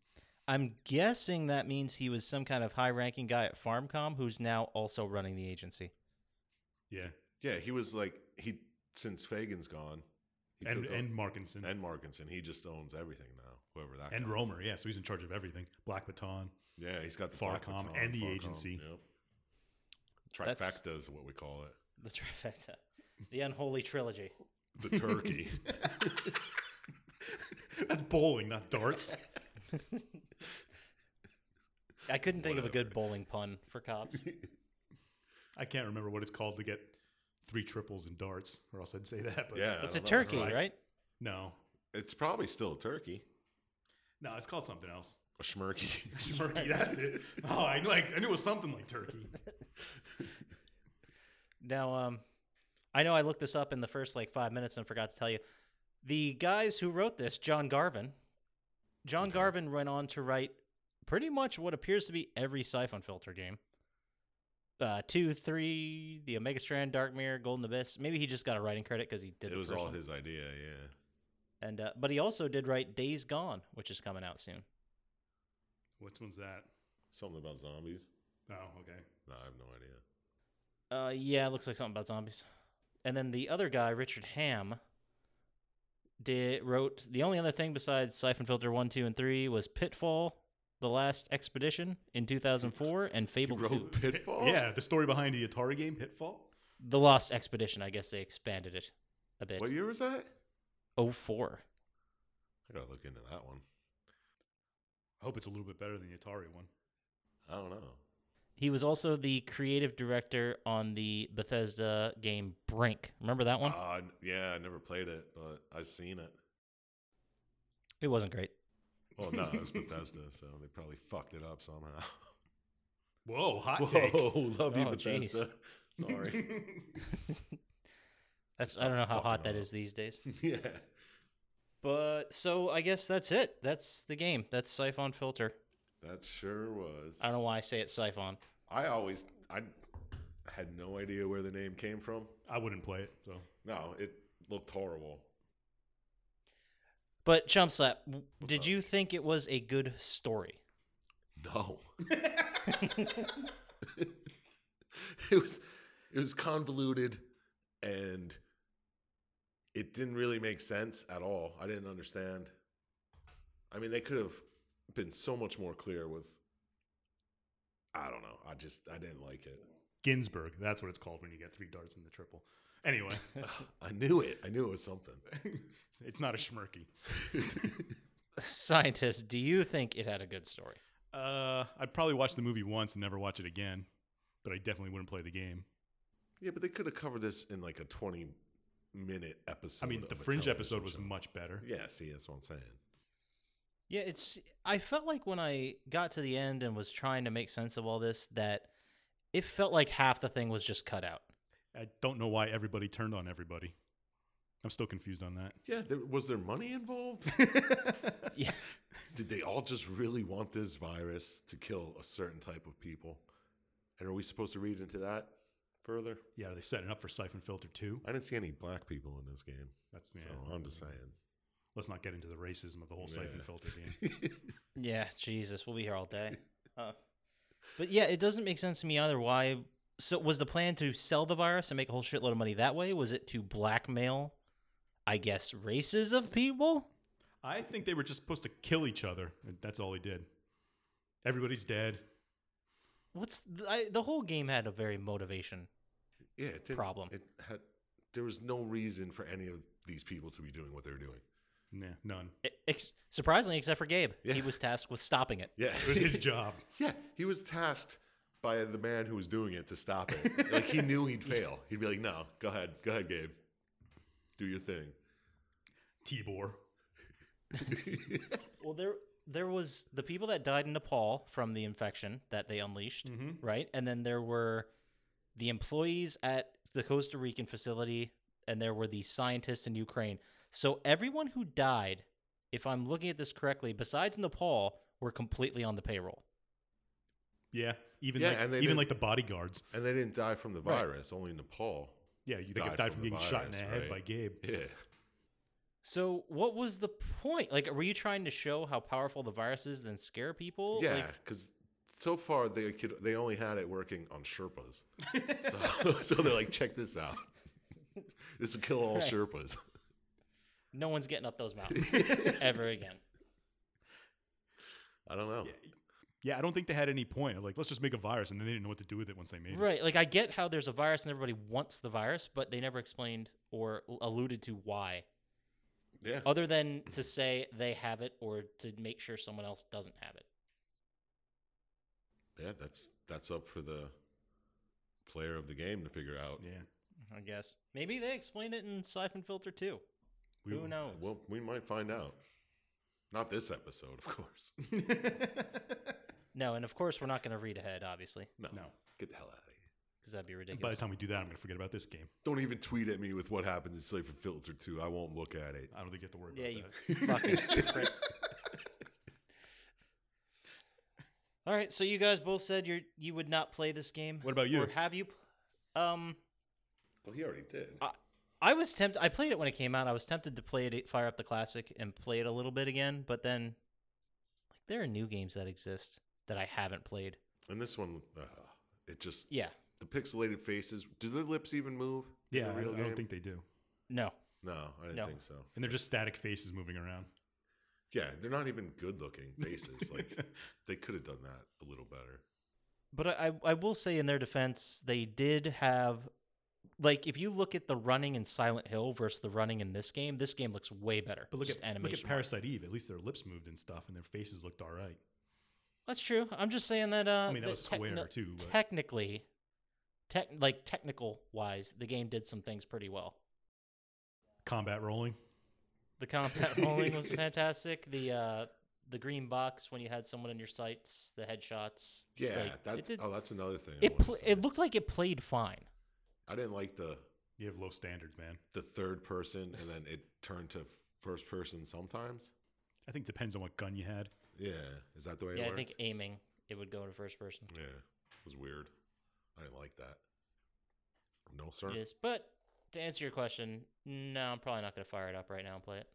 B: I'm guessing that means he was some kind of high ranking guy at Farmcom who's now also running the agency.
C: Yeah.
A: Yeah, he was like he since Fagin's gone, he
C: and
A: took o-
C: and Markinson. And,
A: and Markinson, he just owns everything now. Whoever that guy is.
C: Romer. Yeah. So he's in charge of everything. Black Baton.
A: Yeah, he's got the black
C: Farcom
A: baton,
C: and the agency.
A: Yep.
B: That's-
A: Trifecta is what we call it.
B: The trifecta, the unholy trilogy.
A: The turkey.
C: That's bowling, not darts.
B: I couldn't think of a good
A: Whatever.
B: bowling pun for cops.
C: I can't remember what it's called to get three triples in darts, or else I'd say that. But
A: yeah, I
B: it's a
A: don't know.
B: turkey,
C: right.
B: right?
C: No.
A: It's probably still a turkey.
C: No, it's called something else.
A: A schmirky.
C: Turkey, that's it. Oh, I like I knew it was something like turkey.
B: Now, um, I know I looked this up in the first like five minutes and forgot to tell you. The guys who wrote this, John Garvin, John
A: Okay.
B: Garvin went on to write pretty much what appears to be every siphon filter game. Uh, two, three, the Omega Strand, Dark Mirror, Golden Abyss. Maybe he just got a writing credit because he did.
A: it
B: the
A: was
B: first
A: all
B: one.
A: his idea, yeah.
B: And uh, but he also did write Days Gone, which is coming out soon.
C: Which one's that?
A: Something about zombies.
C: Oh, okay.
A: No, I have no idea.
B: Uh, yeah, it looks like something about zombies. And then the other guy, Richard Ham, did wrote the only other thing besides Siphon Filter one, two, and three was Pitfall, The Last Expedition in two thousand four, and
A: He
B: Fable two,
A: wrote Pitfall?
C: Yeah, the story behind the Atari game Pitfall.
B: The Lost Expedition. I guess they expanded it a bit.
A: What year was that?
B: Oh four.
A: I gotta look into that one.
C: I hope it's a little bit better than the Atari one.
A: I don't know.
B: He was also the creative director on the Bethesda game Brink. Remember that one?
A: Uh, n- yeah, I never played it, but I've seen it.
B: it wasn't great.
A: Well, no, it was Bethesda, so they probably fucked it up somehow.
C: Whoa, hot
A: Whoa, love you,
B: Oh, jeez.
A: Bethesda. Sorry.
B: That's
A: Stop
B: I don't know how
A: fucking
B: hot that
A: up.
B: is these days.
A: yeah.
B: But so I guess that's it. That's the game. That's Siphon Filter.
A: That sure was.
B: I don't know why I say it's Siphon.
A: I always I had no idea where the name came from.
C: I wouldn't play it. So
A: No, it looked horrible.
B: But Chump Slap, w-
A: What's
B: did
A: up?
B: you think it was a good story?
A: No. it was it was convoluted and it didn't really make sense at all. I didn't understand. I mean, they could have been so much more clear with I don't know. I just I didn't like it.
C: Ginsburg, that's what it's called when you get three darts in the triple. Anyway,
A: I knew it. I knew it was something.
C: it's not a schmirky.
B: Scientist, do you think it had a good story?
C: Uh, I'd probably watch the movie once and never watch it again, but I definitely wouldn't play the game.
A: Yeah, but they could have covered this in like a 20 minute episode.
C: I mean, the
A: of a
C: Fringe
A: television
C: episode was
A: show.
C: much better.
A: Yeah, see, that's what I'm saying.
B: Yeah, it's. I felt like when I got to the end and was trying to make sense of all this that it felt like half the thing was just cut out.
C: I don't know why everybody turned on everybody. I'm still confused on that.
A: Yeah, there, was there money involved?
B: Yeah.
A: Did they all just really want this virus to kill a certain type of people? And are we supposed to read into that further?
C: Yeah, are they setting up for siphon filter too?
A: I didn't see any black people in this game,
C: That's
A: so
C: yeah.
A: I'm just
C: Let's not get into the racism of the whole siphon
A: Yeah.
C: filter game.
A: saying.
B: Yeah, Jesus, we'll be here all day. Uh, but yeah, it doesn't make sense to me either. Why? So was the plan to sell the virus and make a whole shitload of money that way? Was it to blackmail? I guess races of people.
C: I think they were just supposed to kill each other. and That's all he did. Everybody's dead.
B: What's the, I, the whole game had a very motivation.
A: yeah, it didn't,
B: Problem.
A: It had, there was no reason for any of these people to be doing what they're doing.
C: Nah, none.
B: E- Ex- surprisingly, except for Gabe, he
A: Yeah.
B: was tasked with stopping it.
A: Yeah,
C: It was his job.
A: Yeah, he was tasked by the man who was doing it to stop it. like he knew he'd fail. He'd be like, "No, go ahead, go ahead, Gabe, do your thing."
C: Tibor.
B: Well, there there was the people that died in Nepal from the infection that they unleashed.
C: Mm-hmm.
B: right? And then there were the employees at the Costa Rican facility, and there were the scientists in Ukraine. So everyone who died, if I'm looking at this correctly, besides Nepal, were completely on the payroll.
C: Yeah. Even
A: Yeah,
C: like,
A: and they
C: even
A: didn't-
C: like the bodyguards.
A: and they didn't die from the
B: Right.
A: virus. Only Nepal.
C: Yeah, you think I
A: Died
C: died
A: from
C: from
A: the
C: getting shot in the
A: virus,
C: head
A: right?
C: by Gabe.
A: Yeah,
B: So what was the point? Like, were you trying to show how powerful the virus is, then scare people?
A: yeah.
B: Like,
A: Because so far they could they only had it working on Sherpas. so, so they're like, check this out. This will kill all
B: Right.
A: Sherpas.
B: no one's getting up those mountains ever again.
A: I don't know.
C: Yeah. Yeah, I don't think they had any point. Like, let's just make a virus, and then they didn't know what to do with it once they made it.
B: Right. Like, I get how there's a virus and everybody wants the virus, but they never explained or alluded to why
A: Yeah.
B: other than to say they have it or to make sure someone else doesn't have it.
A: Yeah, that's that's up for the player of the game to figure out.
C: Yeah.
B: I guess maybe they explain it in Siphon Filter too.
C: We
B: Who
C: will-
B: knows?
A: Well, we might find out. Not this episode, of course.
B: No, and of course we're not going to read ahead, obviously,
A: No.
C: No.
A: Get the hell out of here.
B: because that'd be
C: And by the
B: ridiculous.
C: time we do that, I'm going to forget about this game.
A: Don't even tweet at me with what happened in Slave for Filter 2. I won't look at it.
C: I don't think you have to worry
B: Yeah,
C: about
B: you
C: that.
B: fucking prick. All right, so you guys both said you you would not play this game.
C: What about you?
B: Or have you? Um,
A: Well, he already did.
B: Uh, I was tempted. I played it when it came out. I was tempted to play it, fire up the classic, and play it a little bit again. But then, like, there are new games that exist that I haven't played.
A: and this one, uh, it just,
B: Yeah,
A: the pixelated faces. Do their lips even move? in
C: Yeah,
A: the
C: I,
A: real
C: I
A: game?
C: don't think they do.
B: no,
A: No, I didn't
B: No.
A: think so.
C: And they're just static faces moving around.
A: Yeah, they're not even good looking faces. like, they could have done that a little better.
B: but I I will say in their defense, they did have, like, if you look at the running in Silent Hill versus the running in this game, this game looks way better.
C: But look
B: just
C: at
B: animation.
C: look at Parasite Eve. At least their lips moved and stuff, and their faces looked all right.
B: That's true. I'm just saying that. Uh,
C: I mean, that was
B: techni-
C: Square, too, but-
B: Technically, tech like technical wise, the game did some things pretty well.
C: Combat rolling.
B: The combat rolling was fantastic. The uh, the green box when you had someone in your sights, the headshots.
A: Yeah,
B: like,
A: that's,
B: it did,
A: oh, that's another thing. I,
B: it,
A: wanted to
B: pl-
A: say.
B: it looked like it played fine.
A: I didn't like the
C: You have low standards, man.
A: the third person and then it turned to first person sometimes.
C: I think depends on what gun you had.
A: Yeah, is that the way it
B: yeah,
A: worked?
B: I think aiming it would go to first person.
A: Yeah, it was weird. I didn't like that. No, sir.
B: It is, but to answer your question, no, I'm probably not going to fire it up right now and play it.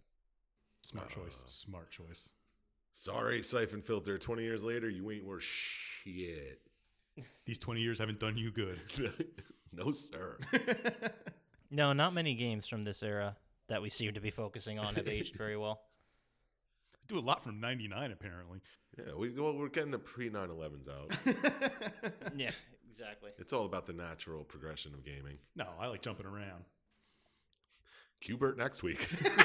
C: Smart choice.
A: Uh.
C: Smart choice.
A: Sorry, Siphon Filter. 20 years later, you ain't worth shit.
C: These 20 years haven't done you good.
A: no, sir.
B: No, not many games from this era that we seem to be focusing on have aged very well.
C: Do a lot from 99, apparently.
A: Yeah, we, well, we're getting the pre 9 11s out.
B: Yeah, exactly.
A: It's all about the natural progression of gaming.
C: No, I like jumping around.
A: Qbert next week.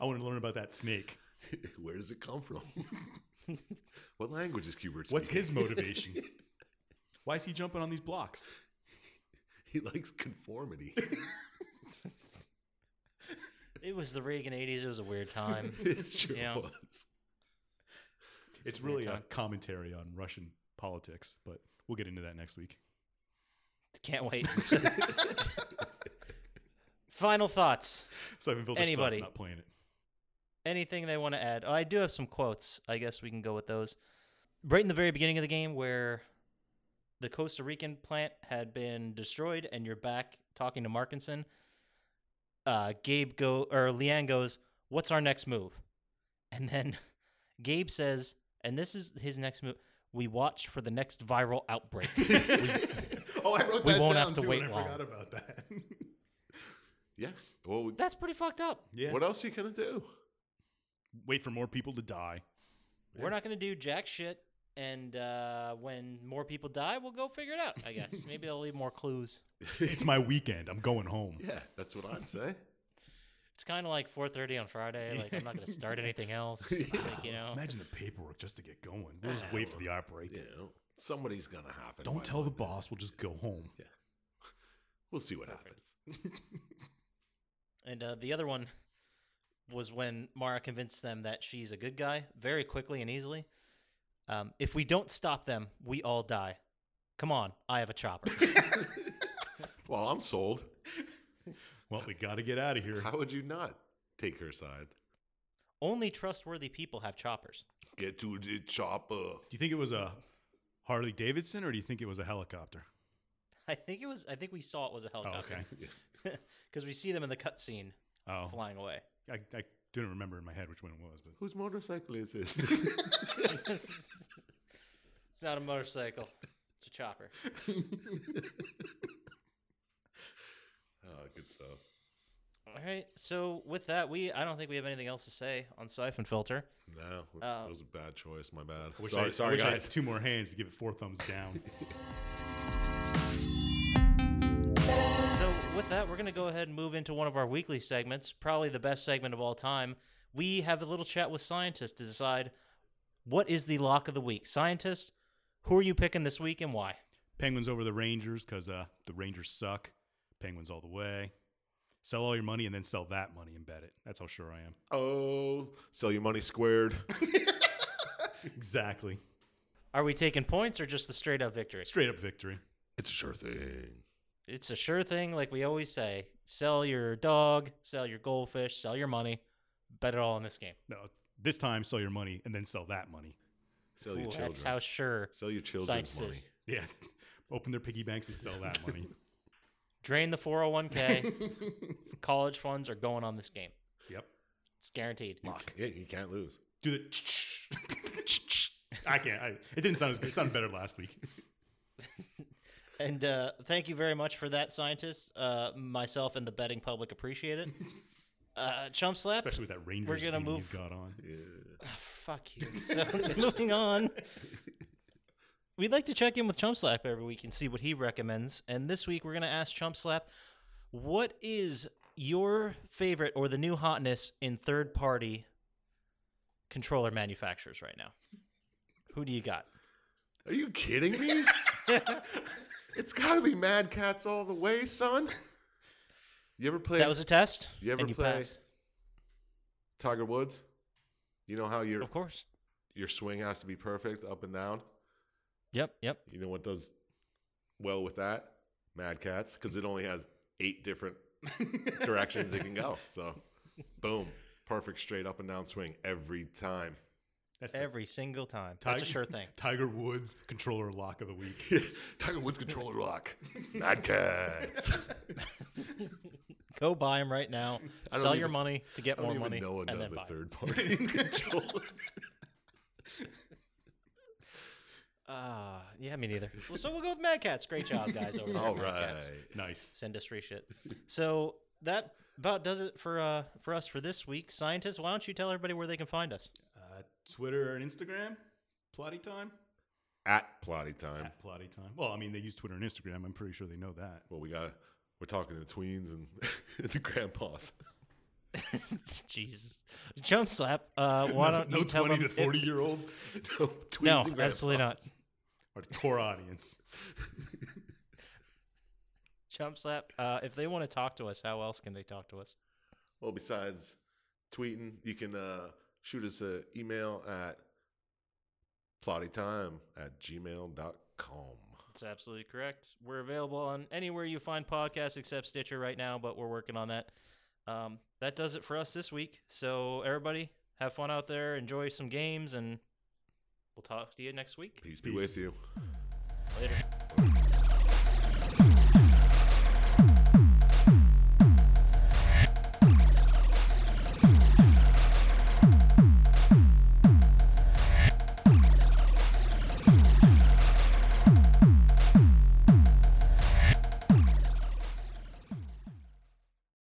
C: I want to learn about that snake.
A: Where does it come from? what language is Qbert speaking?
C: What's his motivation? Why is he jumping on these blocks?
A: He likes conformity.
B: It was the Reagan 80s. It was a weird time.
A: it sure
B: Yeah.
A: was.
C: it's
B: a weird
C: really a
B: time.
C: commentary on Russian politics, but we'll get into that next week.
B: Can't wait. Final thoughts.
C: Siphon Filter
B: Anybody.
C: not playing it.
B: anything they want to add. Oh, I do have some quotes. I guess we can go with those. Right in the very beginning of the game, where the Costa Rican plant had been destroyed, and you're back talking to Markinson. Uh, Gabe go or Leanne goes, "What's our next move?" And then Gabe says, and this is his next move. We watch for the next viral outbreak.
A: oh, I wrote
B: we
A: that
B: won't
A: down
B: have to
A: too,
B: wait
A: and I
B: long.
A: forgot about that. yeah. Well,
B: That's pretty fucked up.
C: Yeah.
A: what else you gonna do?
C: Wait for more people to die.
A: Yeah.
B: We're not going to do jack shit. And uh, when more people die, we'll go figure it out. I guess maybe they'll leave more clues.
C: It's my weekend. I'm going home.
A: Yeah, that's what I'd say.
B: It's kind of like 4:30 on Friday. Like I'm not going to start anything else. Like, you know,
C: Imagine the paperwork just to get going. We'll just wait for the outbreak.
A: You know, somebody's gonna have it. Why
C: Don't tell the
A: not?
C: boss. We'll just go home.
A: We'll see what
B: Perfect.
A: happens.
B: And uh, the other one was when Mara convinced them that she's a good guy very quickly and easily. Um, if we don't stop them, we all die. Come on, I have a chopper.
A: Well, I'm sold.
C: Well, we got to get out of here.
A: How would you not take her side?
B: Only trustworthy people have choppers.
A: Get to the chopper.
C: Do you think it was a Harley Davidson or do you think it was a helicopter?
B: I think it was. I think we saw it was a helicopter
C: Oh, okay.
B: because we see them in the cutscene
C: Oh,
B: flying away.
C: I, I didn't remember in my head which one it was, but
A: Whose motorcycle is this?
B: it's not a motorcycle. It's a chopper.
A: oh, good stuff.
B: All right. So with that, we I don't think we have anything else to say on Siphon Filter.
A: No,
B: Uh,
A: that was a bad choice. My bad.
C: I wish
A: Sorry,
C: I, I
A: sorry,
C: wish I had
A: guys.
C: two more hands to give it four thumbs down.
B: So with that, we're gonna go ahead and move into one of our weekly segments, probably the best segment of all time. We have a little chat with scientists to decide what is the lock of the week. Scientists, who are you picking this week and why?
C: Penguins over the Rangers because uh, the Rangers suck. Penguins all the way. Sell all your money and then sell that money and bet it. That's how sure I am.
A: Oh, sell your money squared.
C: Exactly.
B: Are we taking points or just the straight up victory?
C: Straight up victory.
A: It's a sure thing.
B: It's a sure thing, like we always say. Sell your dog, sell your goldfish, sell your money. Bet it all in this game.
C: No, this time sell your money and then sell that money.
A: Sell
B: Ooh,
A: your children.
B: that's how sure
A: sell your children's
B: science
A: money.
B: is.
C: Yes. Open their piggy banks and sell that money.
B: Drain the 401k. College funds are going on this game.
C: yep.
B: It's guaranteed.
A: You, yeah, you can't lose.
C: Do the. I can't. I, it didn't sound as good. It sounded better last week.
B: And uh, thank you very much for that, scientist. Uh, myself and the betting public appreciate it. Uh, chump slap.
C: Especially with that Rangers
B: We're gonna
C: team
B: move-
C: he's got on.
B: Ah, fuck you. So moving on. We'd like to check in with Chump Slap every week and see what he recommends. And this week we're gonna ask Chump Slap, what is your favorite or the new hotness in third party controller manufacturers right now? Who do you got?
A: Are you kidding me? it's got to be Mad Cats all the way, son. You ever play
B: That was a test.
A: You ever
B: and
A: play-
B: passed.
A: Tiger Woods? You know how your
B: Of course.
A: your swing has to be perfect up and down.
B: Yep. Yep.
A: You know what does well with that? Mad Cats, because it only has eight different directions it can go. So, boom, perfect straight up and down swing every time.
C: That's the
B: Every single time. That's a
C: Tiger-
B: sure thing.
C: Tiger Woods controller lock of the week.
A: Tiger Woods controller lock. Mad Cats.
B: Go buy them right now.
A: don't
B: Sell your
A: even-
B: money to get
A: I don't
B: more
A: even
B: money,
A: know
B: and then
A: another
B: buy.
A: third party controller.
B: Ah, yeah, me neither. Well, so we'll go with Mad Cats. Great job, guys. Over there.
A: All
B: at Mad
A: right.
B: Cats.
C: Nice.
B: It's industry shit. So that about does it for uh for us for this week. Scientists, why don't you tell everybody where they can find us?
C: Uh, Twitter and Instagram, plotty time.
A: At plotty time.
C: At plotty time. Well, I mean, they use Twitter and Instagram. I'm pretty sure they know that.
A: Well, we got we're talking to the tweens and the grandpas.
B: Jesus, jump slap. Uh, why
C: no,
B: don't
C: no
B: you tell
C: 20
B: them
C: to
B: if-
C: 40 year olds
A: no, tweens
B: No,
A: and
B: absolutely
A: grandpas.
B: not.
C: our core audience.
B: Jump slap. Uh, if they want to talk to us, how else can they talk to us?
A: Well, besides tweeting, you can uh, shoot us an email at plottytime at gmail.com.
B: That's absolutely correct. We're available on anywhere you find podcasts except Stitcher right now, but we're working on that. Um, that does it for us this week. So everybody, have fun out there, enjoy some games, and we'll talk to you next week.
A: Peace be
C: Peace.
A: with you.
B: Later.